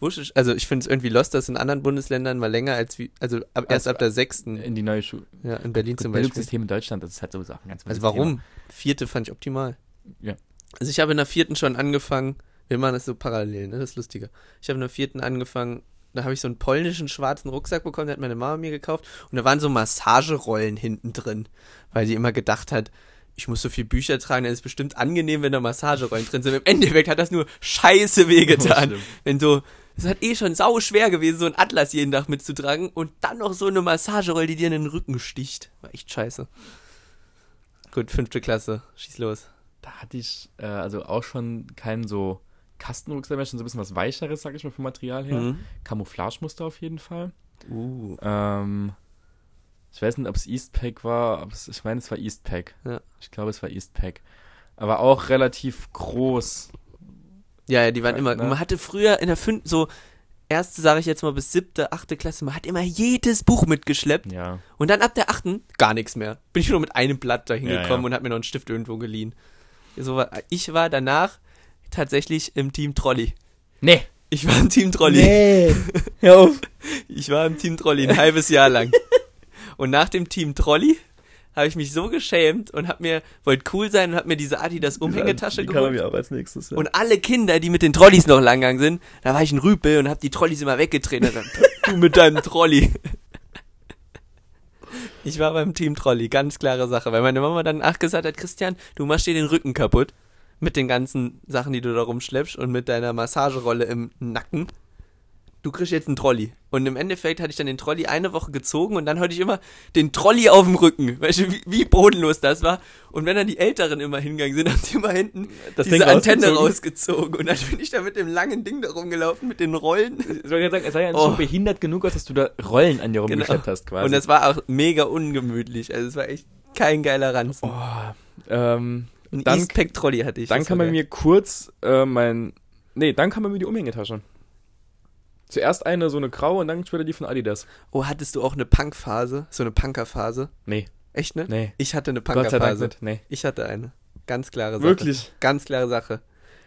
Speaker 2: Wusstest, also ich finde es irgendwie lost, dass in anderen Bundesländern mal länger als wie, also ab, erst
Speaker 1: Also,
Speaker 2: ab der sechsten,
Speaker 1: in die neue Schule.
Speaker 2: ja, in Berlin zum Beispiel.
Speaker 1: Bildungssystem in Deutschland, das ist halt sowieso auch ein ganz wildes
Speaker 2: Also warum? Vierte fand ich optimal.
Speaker 1: Ja.
Speaker 2: Also ich habe in der vierten schon angefangen, wir machen das so parallel, ne? Das ist lustiger. Ich habe in der vierten angefangen, da habe ich so einen polnischen schwarzen Rucksack bekommen, den hat meine Mama mir gekauft. Und da waren so Massagerollen hinten drin, weil sie immer gedacht hat, ich muss so viel Bücher tragen, dann ist es bestimmt angenehm, wenn da Massagerollen drin sind. Im Endeffekt hat das nur scheiße wehgetan.
Speaker 1: Das stimmt.
Speaker 2: wenn so, es hat eh schon sau schwer gewesen, so einen Atlas jeden Tag mitzutragen und dann noch so eine Massagerolle, die dir in den Rücken sticht. War echt scheiße. Gut, fünfte Klasse. Schieß los.
Speaker 1: Da hatte ich äh, also auch schon keinen so Kastenrucksack mehr, schon so ein bisschen was Weicheres, sag ich mal, vom Material her.
Speaker 2: Mhm.
Speaker 1: Camouflagemuster auf jeden Fall.
Speaker 2: Uh.
Speaker 1: Ähm, ich weiß nicht, ob es Eastpack war. ob's- Ich meine, es war Eastpack.
Speaker 2: Ja.
Speaker 1: Ich glaube, es war Eastpack. Aber auch relativ groß.
Speaker 2: Ja, ja, die waren immer.
Speaker 1: Ne?
Speaker 2: Man hatte früher in der fünften, so erste, sage ich jetzt mal, bis siebte, achte Klasse, man hat immer jedes Buch mitgeschleppt.
Speaker 1: Ja.
Speaker 2: Und dann ab der achten gar nichts mehr. Bin ich nur mit einem Blatt dahin
Speaker 1: Ja,
Speaker 2: gekommen
Speaker 1: ja.
Speaker 2: und hab mir noch einen Stift irgendwo geliehen. So war, ich war danach tatsächlich im Team Trolley.
Speaker 1: Nee.
Speaker 2: Ich war im Team Trolley.
Speaker 1: Nee. Hör auf.
Speaker 2: Ich war im Team Trolley ein halbes Jahr lang. Und nach dem Team Trolley habe ich mich so geschämt und hab mir wollte cool sein und hab mir diese Adidas Umhängetasche geholt.
Speaker 1: auch als nächstes. Ja.
Speaker 2: Und alle Kinder, die mit den Trolleys noch lang gegangen sind, da war ich ein Rüpel und hab die Trolleys immer weggetreten. Und dann, du mit deinem Trolley. Ich war beim Team Trolley, ganz klare Sache, weil meine Mama dann ach gesagt hat, Christian, du machst dir den Rücken kaputt mit den ganzen Sachen, die du da rumschleppst und mit deiner Massagerolle im Nacken. Du kriegst jetzt einen Trolley. Und im Endeffekt hatte ich dann den Trolley eine Woche gezogen und dann hatte ich immer den Trolley auf dem Rücken. Weißt du, wie, wie bodenlos das war. Und wenn dann die Älteren immer hingegangen sind, haben sie immer hinten
Speaker 1: Das
Speaker 2: diese
Speaker 1: Ding
Speaker 2: Antenne
Speaker 1: rausgezogen.
Speaker 2: rausgezogen. Und dann bin ich da mit dem langen Ding da rumgelaufen, mit den Rollen.
Speaker 1: Ich wollte gerade sagen, es sah ja
Speaker 2: Oh. Genau.
Speaker 1: schon behindert genug aus, dass du da Rollen an dir rumgeschleppt hast quasi.
Speaker 2: Und das war auch mega ungemütlich. Also es war echt kein geiler Ranzen.
Speaker 1: ähm,
Speaker 2: Ein
Speaker 1: Oh, dann-
Speaker 2: Eastpack-Trolley hatte ich.
Speaker 1: dann
Speaker 2: das
Speaker 1: kam
Speaker 2: war
Speaker 1: bei
Speaker 2: geil.
Speaker 1: mir kurz äh, mein... Nee, dann kam bei mir die Umhängetasche. Zuerst eine, so eine graue und dann später die von Adidas.
Speaker 2: Oh, hattest du auch eine Punk-Phase? So eine Punker-Phase?
Speaker 1: Nee,
Speaker 2: Echt, ne?
Speaker 1: nee.
Speaker 2: Ich hatte eine
Speaker 1: Gott sei Dank
Speaker 2: Punker-Phase.
Speaker 1: nicht. Nee.
Speaker 2: Ich hatte eine. Ganz klare Sache.
Speaker 1: Wirklich?
Speaker 2: Ganz klare Sache.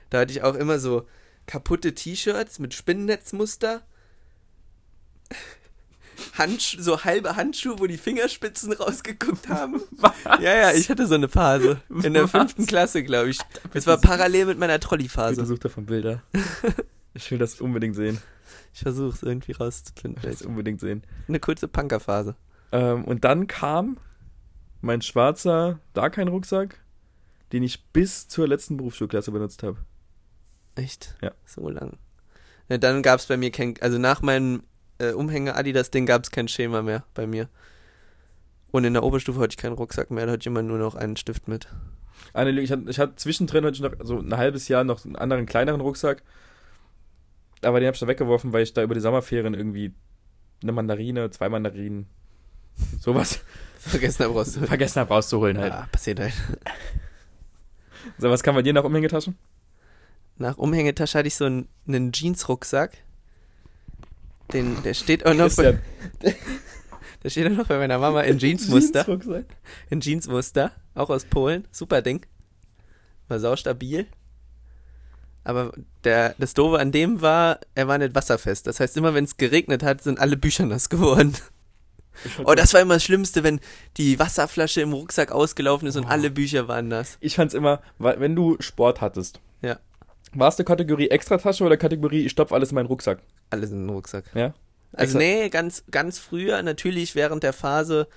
Speaker 2: Da hatte ich auch immer so kaputte T-Shirts mit Spinnennetzmuster. Handsch so halbe Handschuhe, wo die Fingerspitzen rausgeguckt haben. Ja, ja, ich hatte so eine Phase. In der
Speaker 1: Was?
Speaker 2: fünften Klasse, glaube ich. Es war parallel mit meiner
Speaker 1: Also
Speaker 2: Trolley-Phase.
Speaker 1: such davon Bilder. ich will das unbedingt sehen.
Speaker 2: Ich versuche es irgendwie
Speaker 1: Also
Speaker 2: rauszufinden.
Speaker 1: Ich will das unbedingt sehen.
Speaker 2: Eine kurze Punker-Phase.
Speaker 1: Ähm, und dann kam mein schwarzer, da kein Rucksack, den ich bis zur letzten Berufsschulklasse benutzt habe.
Speaker 2: Echt?
Speaker 1: Ja.
Speaker 2: So lang. Na, dann gab es bei mir kein, also nach meinem äh, Umhänger Adidas-Ding gab es kein Schema mehr bei mir. Und in der Oberstufe hatte ich keinen Rucksack mehr, da hatte ich immer nur noch einen Stift mit.
Speaker 1: Ah, nee, ich hatte ich hatte zwischendrin hatte ich noch so ein halbes Jahr noch einen anderen kleineren Rucksack. Aber den habe ich dann weggeworfen, weil ich da über die Sommerferien irgendwie eine Mandarine, zwei Mandarinen, sowas
Speaker 2: Vergessen habe rauszuholen.
Speaker 1: vergessen habe rauszuholen halt.
Speaker 2: Ja, passiert halt.
Speaker 1: So, was kann bei dir noch um umhängetaschen?
Speaker 2: Nach Umhängetasche hatte ich so einen, einen Jeans-Rucksack. Den, der steht auch noch bei,
Speaker 1: Christian,
Speaker 2: der steht auch noch bei meiner Mama in Jeans-Muster.
Speaker 1: Jeansrucksack?
Speaker 2: In Jeansmuster, auch aus Polen. Super Ding. War saustabil. Aber der, das Doofe an dem war, er war nicht wasserfest. Das heißt, immer wenn es geregnet hat, sind alle Bücher nass geworden. Oh, das war immer das Schlimmste, wenn die Wasserflasche im Rucksack ausgelaufen ist und alle Bücher waren nass.
Speaker 1: Ich fand's immer, weil- wenn du Sport hattest,
Speaker 2: Ja,
Speaker 1: warst du Kategorie Extratasche oder Kategorie ich stopf alles in meinen Rucksack?
Speaker 2: alles in den Rucksack.
Speaker 1: Ja.
Speaker 2: Also
Speaker 1: Exakt.
Speaker 2: nee, ganz, ganz früher, natürlich während der Phase,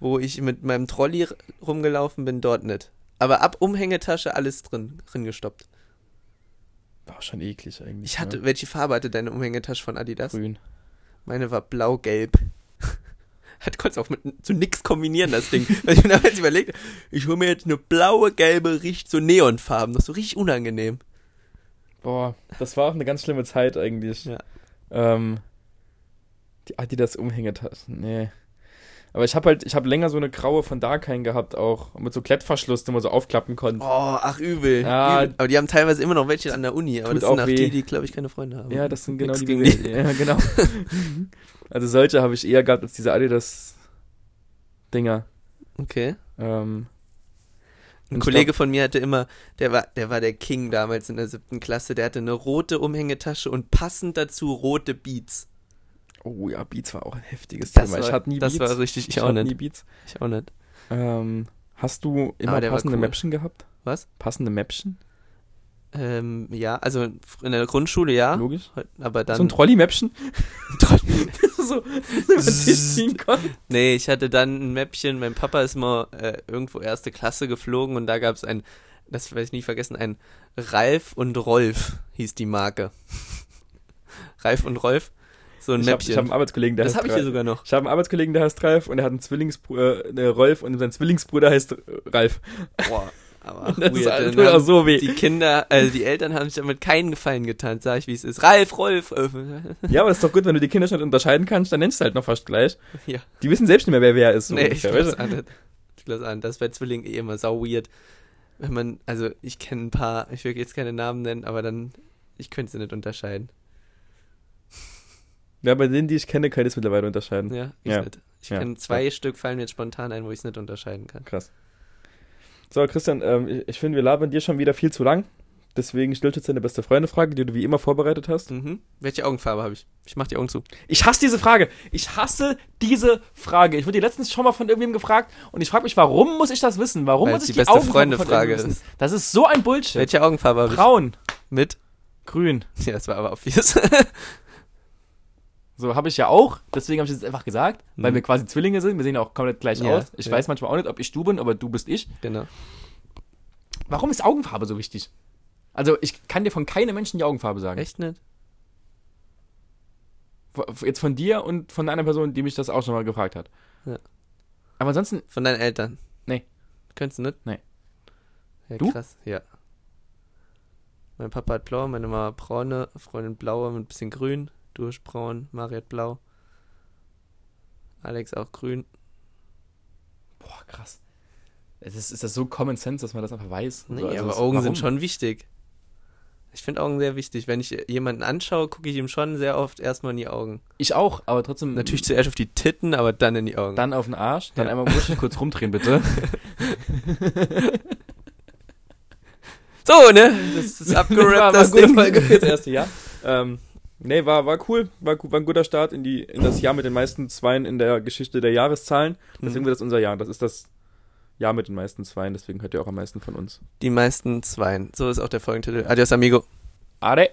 Speaker 2: wo ich mit meinem Trolley r- rumgelaufen bin, dort nicht. Aber ab Umhängetasche alles drin, drin gestoppt.
Speaker 1: War auch schon eklig eigentlich.
Speaker 2: Ich hatte,
Speaker 1: ne?
Speaker 2: welche Farbe hatte deine Umhängetasche von Adidas?
Speaker 1: grün.
Speaker 2: Meine war blau-gelb. Hat konntest auch mit zu nix kombinieren, das Ding. Weil ich mir damals überlegt, ich hole mir jetzt eine blaue, gelbe, riecht so Neonfarben. Das ist so richtig unangenehm.
Speaker 1: Boah, das war auch eine ganz schlimme Zeit eigentlich.
Speaker 2: Ja.
Speaker 1: Ähm, die Adidas Umhängetaschen, nee. Aber ich habe halt, ich habe länger so eine graue von Darkheim gehabt auch, mit so Klettverschluss, den man so aufklappen konnte.
Speaker 2: Oh, ach übel.
Speaker 1: Ja.
Speaker 2: übel. Aber die haben teilweise immer noch welche an der Uni. Aber
Speaker 1: Tut
Speaker 2: das sind
Speaker 1: auch
Speaker 2: auch
Speaker 1: weh.
Speaker 2: die, die, glaube ich, keine Freunde haben.
Speaker 1: ja, das sind genau
Speaker 2: Nix
Speaker 1: die,
Speaker 2: gegen
Speaker 1: die. Ja, genau. also solche habe ich eher gehabt als diese Adidas Dinger.
Speaker 2: Okay.
Speaker 1: Ähm,
Speaker 2: Ein
Speaker 1: Und ich
Speaker 2: Kollege von mir hatte immer, der war, der war der King damals in der siebten Klasse, der hatte eine rote Umhängetasche und passend dazu rote Beats.
Speaker 1: glaub- oh ja, Beats war auch ein heftiges
Speaker 2: Das
Speaker 1: Thema.
Speaker 2: war-
Speaker 1: ich hatte nie
Speaker 2: das
Speaker 1: Beats.
Speaker 2: war richtig, ich
Speaker 1: ich
Speaker 2: auch
Speaker 1: hatte
Speaker 2: nicht.
Speaker 1: nie Beats.
Speaker 2: Ich auch nicht.
Speaker 1: Ähm, hast du
Speaker 2: Aber
Speaker 1: immer
Speaker 2: der war
Speaker 1: passende
Speaker 2: cool.
Speaker 1: Mäppchen gehabt?
Speaker 2: Was?
Speaker 1: Passende Mäppchen?
Speaker 2: Ähm, ja, also in der Grundschule ja,
Speaker 1: Logisch. so
Speaker 2: aber Ah, dann
Speaker 1: ein Trolley-Mäppchen? so, so über den Tisch
Speaker 2: Zzzt.
Speaker 1: ziehen konnte.
Speaker 2: Nee, ich hatte dann ein Mäppchen. Mein Papa ist mal äh, irgendwo erste Klasse geflogen und da gab es ein, das werde ich nie vergessen, ein Ralf und Rolf hieß die Marke. Ralf und Rolf, so ein
Speaker 1: Ich habe
Speaker 2: Mäppchen.
Speaker 1: hab einen Arbeitskollegen, der
Speaker 2: das
Speaker 1: heißt
Speaker 2: habe ich hier
Speaker 1: Ralf.
Speaker 2: sogar noch.
Speaker 1: Ich habe einen Arbeitskollegen, der heißt Ralf und er hat einen Zwillingsbruder, äh, ne, Rolf und sein Zwillingsbruder heißt äh, Ralf.
Speaker 2: Boah, aber
Speaker 1: Und das
Speaker 2: weird.
Speaker 1: ist alles
Speaker 2: Dann
Speaker 1: tut auch
Speaker 2: haben
Speaker 1: so weh.
Speaker 2: Die Kinder, äh, die Eltern haben sich damit keinen Gefallen getan, sag ich, wie es ist. Ralf, Rolf. äh,
Speaker 1: Ja, aber das ist doch gut, wenn du die Kinder schon unterscheiden kannst, dann nennst du halt noch fast gleich.
Speaker 2: Ja.
Speaker 1: Die wissen selbst nicht mehr, wer wer ist. So
Speaker 2: nee, ich
Speaker 1: ungefähr,
Speaker 2: glaub's
Speaker 1: weißt
Speaker 2: an. nicht. Ich glaub's an. Das ist bei Zwillingen eh immer sau weird. Wenn man, also ich kenne ein paar, ich will jetzt keine Namen nennen, aber dann, ich könnte sie nicht unterscheiden.
Speaker 1: du? Ja, bei denen, die ich kenne, kann ich das mittlerweile unterscheiden.
Speaker 2: Ja, ich
Speaker 1: Ja.
Speaker 2: nicht. Ich
Speaker 1: Ja.
Speaker 2: kann zwei Stück fallen mir jetzt spontan ein, wo ich es nicht unterscheiden kann.
Speaker 1: Krass. So, Christian, ähm, ich, ich finde, wir labern dir schon wieder viel zu lang. Deswegen stellt jetzt deine beste Freunde-Frage, die du wie immer vorbereitet hast.
Speaker 2: Mhm. Welche Augenfarbe habe ich? Ich mach die Augen zu.
Speaker 1: Ich hasse diese Frage. Ich hasse diese Frage. Ich wurde die letztens schon mal von irgendwem gefragt und ich frage mich, warum muss ich das wissen? Warum
Speaker 2: Weil
Speaker 1: muss
Speaker 2: es
Speaker 1: ich
Speaker 2: die
Speaker 1: die,
Speaker 2: beste
Speaker 1: Augenfarbe
Speaker 2: Freunde
Speaker 1: von
Speaker 2: Frage
Speaker 1: irgendwem
Speaker 2: ist.
Speaker 1: wissen? Das ist so ein Bullshit.
Speaker 2: Welche Augenfarbe habe ich?
Speaker 1: Braun,
Speaker 2: Mit?
Speaker 1: grün.
Speaker 2: Ja, das war aber obvious.
Speaker 1: So habe ich ja auch. Deswegen habe ich das einfach gesagt, weil
Speaker 2: Mhm.
Speaker 1: wir quasi Zwillinge sind. Wir sehen auch komplett gleich
Speaker 2: Ja,
Speaker 1: aus. Ich
Speaker 2: ja.
Speaker 1: weiß manchmal auch nicht, ob ich du bin, aber du bist ich.
Speaker 2: genau.
Speaker 1: Warum ist Augenfarbe so wichtig? Also ich kann dir von keinem Menschen die Augenfarbe sagen.
Speaker 2: Echt nicht?
Speaker 1: F- Jetzt von dir und von einer Person, die mich das auch schon mal gefragt hat.
Speaker 2: Ja.
Speaker 1: Aber ansonsten
Speaker 2: Von deinen Eltern?
Speaker 1: Nee.
Speaker 2: Könntest du nicht?
Speaker 1: Nee.
Speaker 2: Ja,
Speaker 1: Du?
Speaker 2: krass, ja. Mein Papa hat blau, meine Mama braune, Freundin blaue mit ein bisschen grün, du hast braun, Mari hat blau, Alex auch grün.
Speaker 1: Boah, krass. Es ist, ist das so Common Sense, dass man das einfach weiß?
Speaker 2: Nee,
Speaker 1: So, also
Speaker 2: aber
Speaker 1: es-
Speaker 2: Augen
Speaker 1: warum?
Speaker 2: sind schon wichtig. Ich finde Augen sehr wichtig. Wenn ich jemanden anschaue, gucke ich ihm schon sehr oft erstmal in die Augen.
Speaker 1: Ich auch, aber trotzdem.
Speaker 2: Natürlich zuerst auf die Titten, aber dann in die Augen.
Speaker 1: Dann auf den Arsch, dann
Speaker 2: Ja.
Speaker 1: einmal muss ich kurz rumdrehen, bitte.
Speaker 2: so, ne? Das ist abgerappt, das Ding.
Speaker 1: das erste Jahr. Ähm, nee, war, war cool. War, gu- war ein guter Start in, die, in das Jahr mit den meisten Zweien in der Geschichte der Jahreszahlen.
Speaker 2: Mhm.
Speaker 1: Deswegen wird das unser Jahr. Das ist das Jahr mit den meisten Zweien. Deswegen hört ihr auch am meisten von uns.
Speaker 2: Die meisten zweien. So ist auch der Folgentitel. Adios, amigo.
Speaker 1: Are.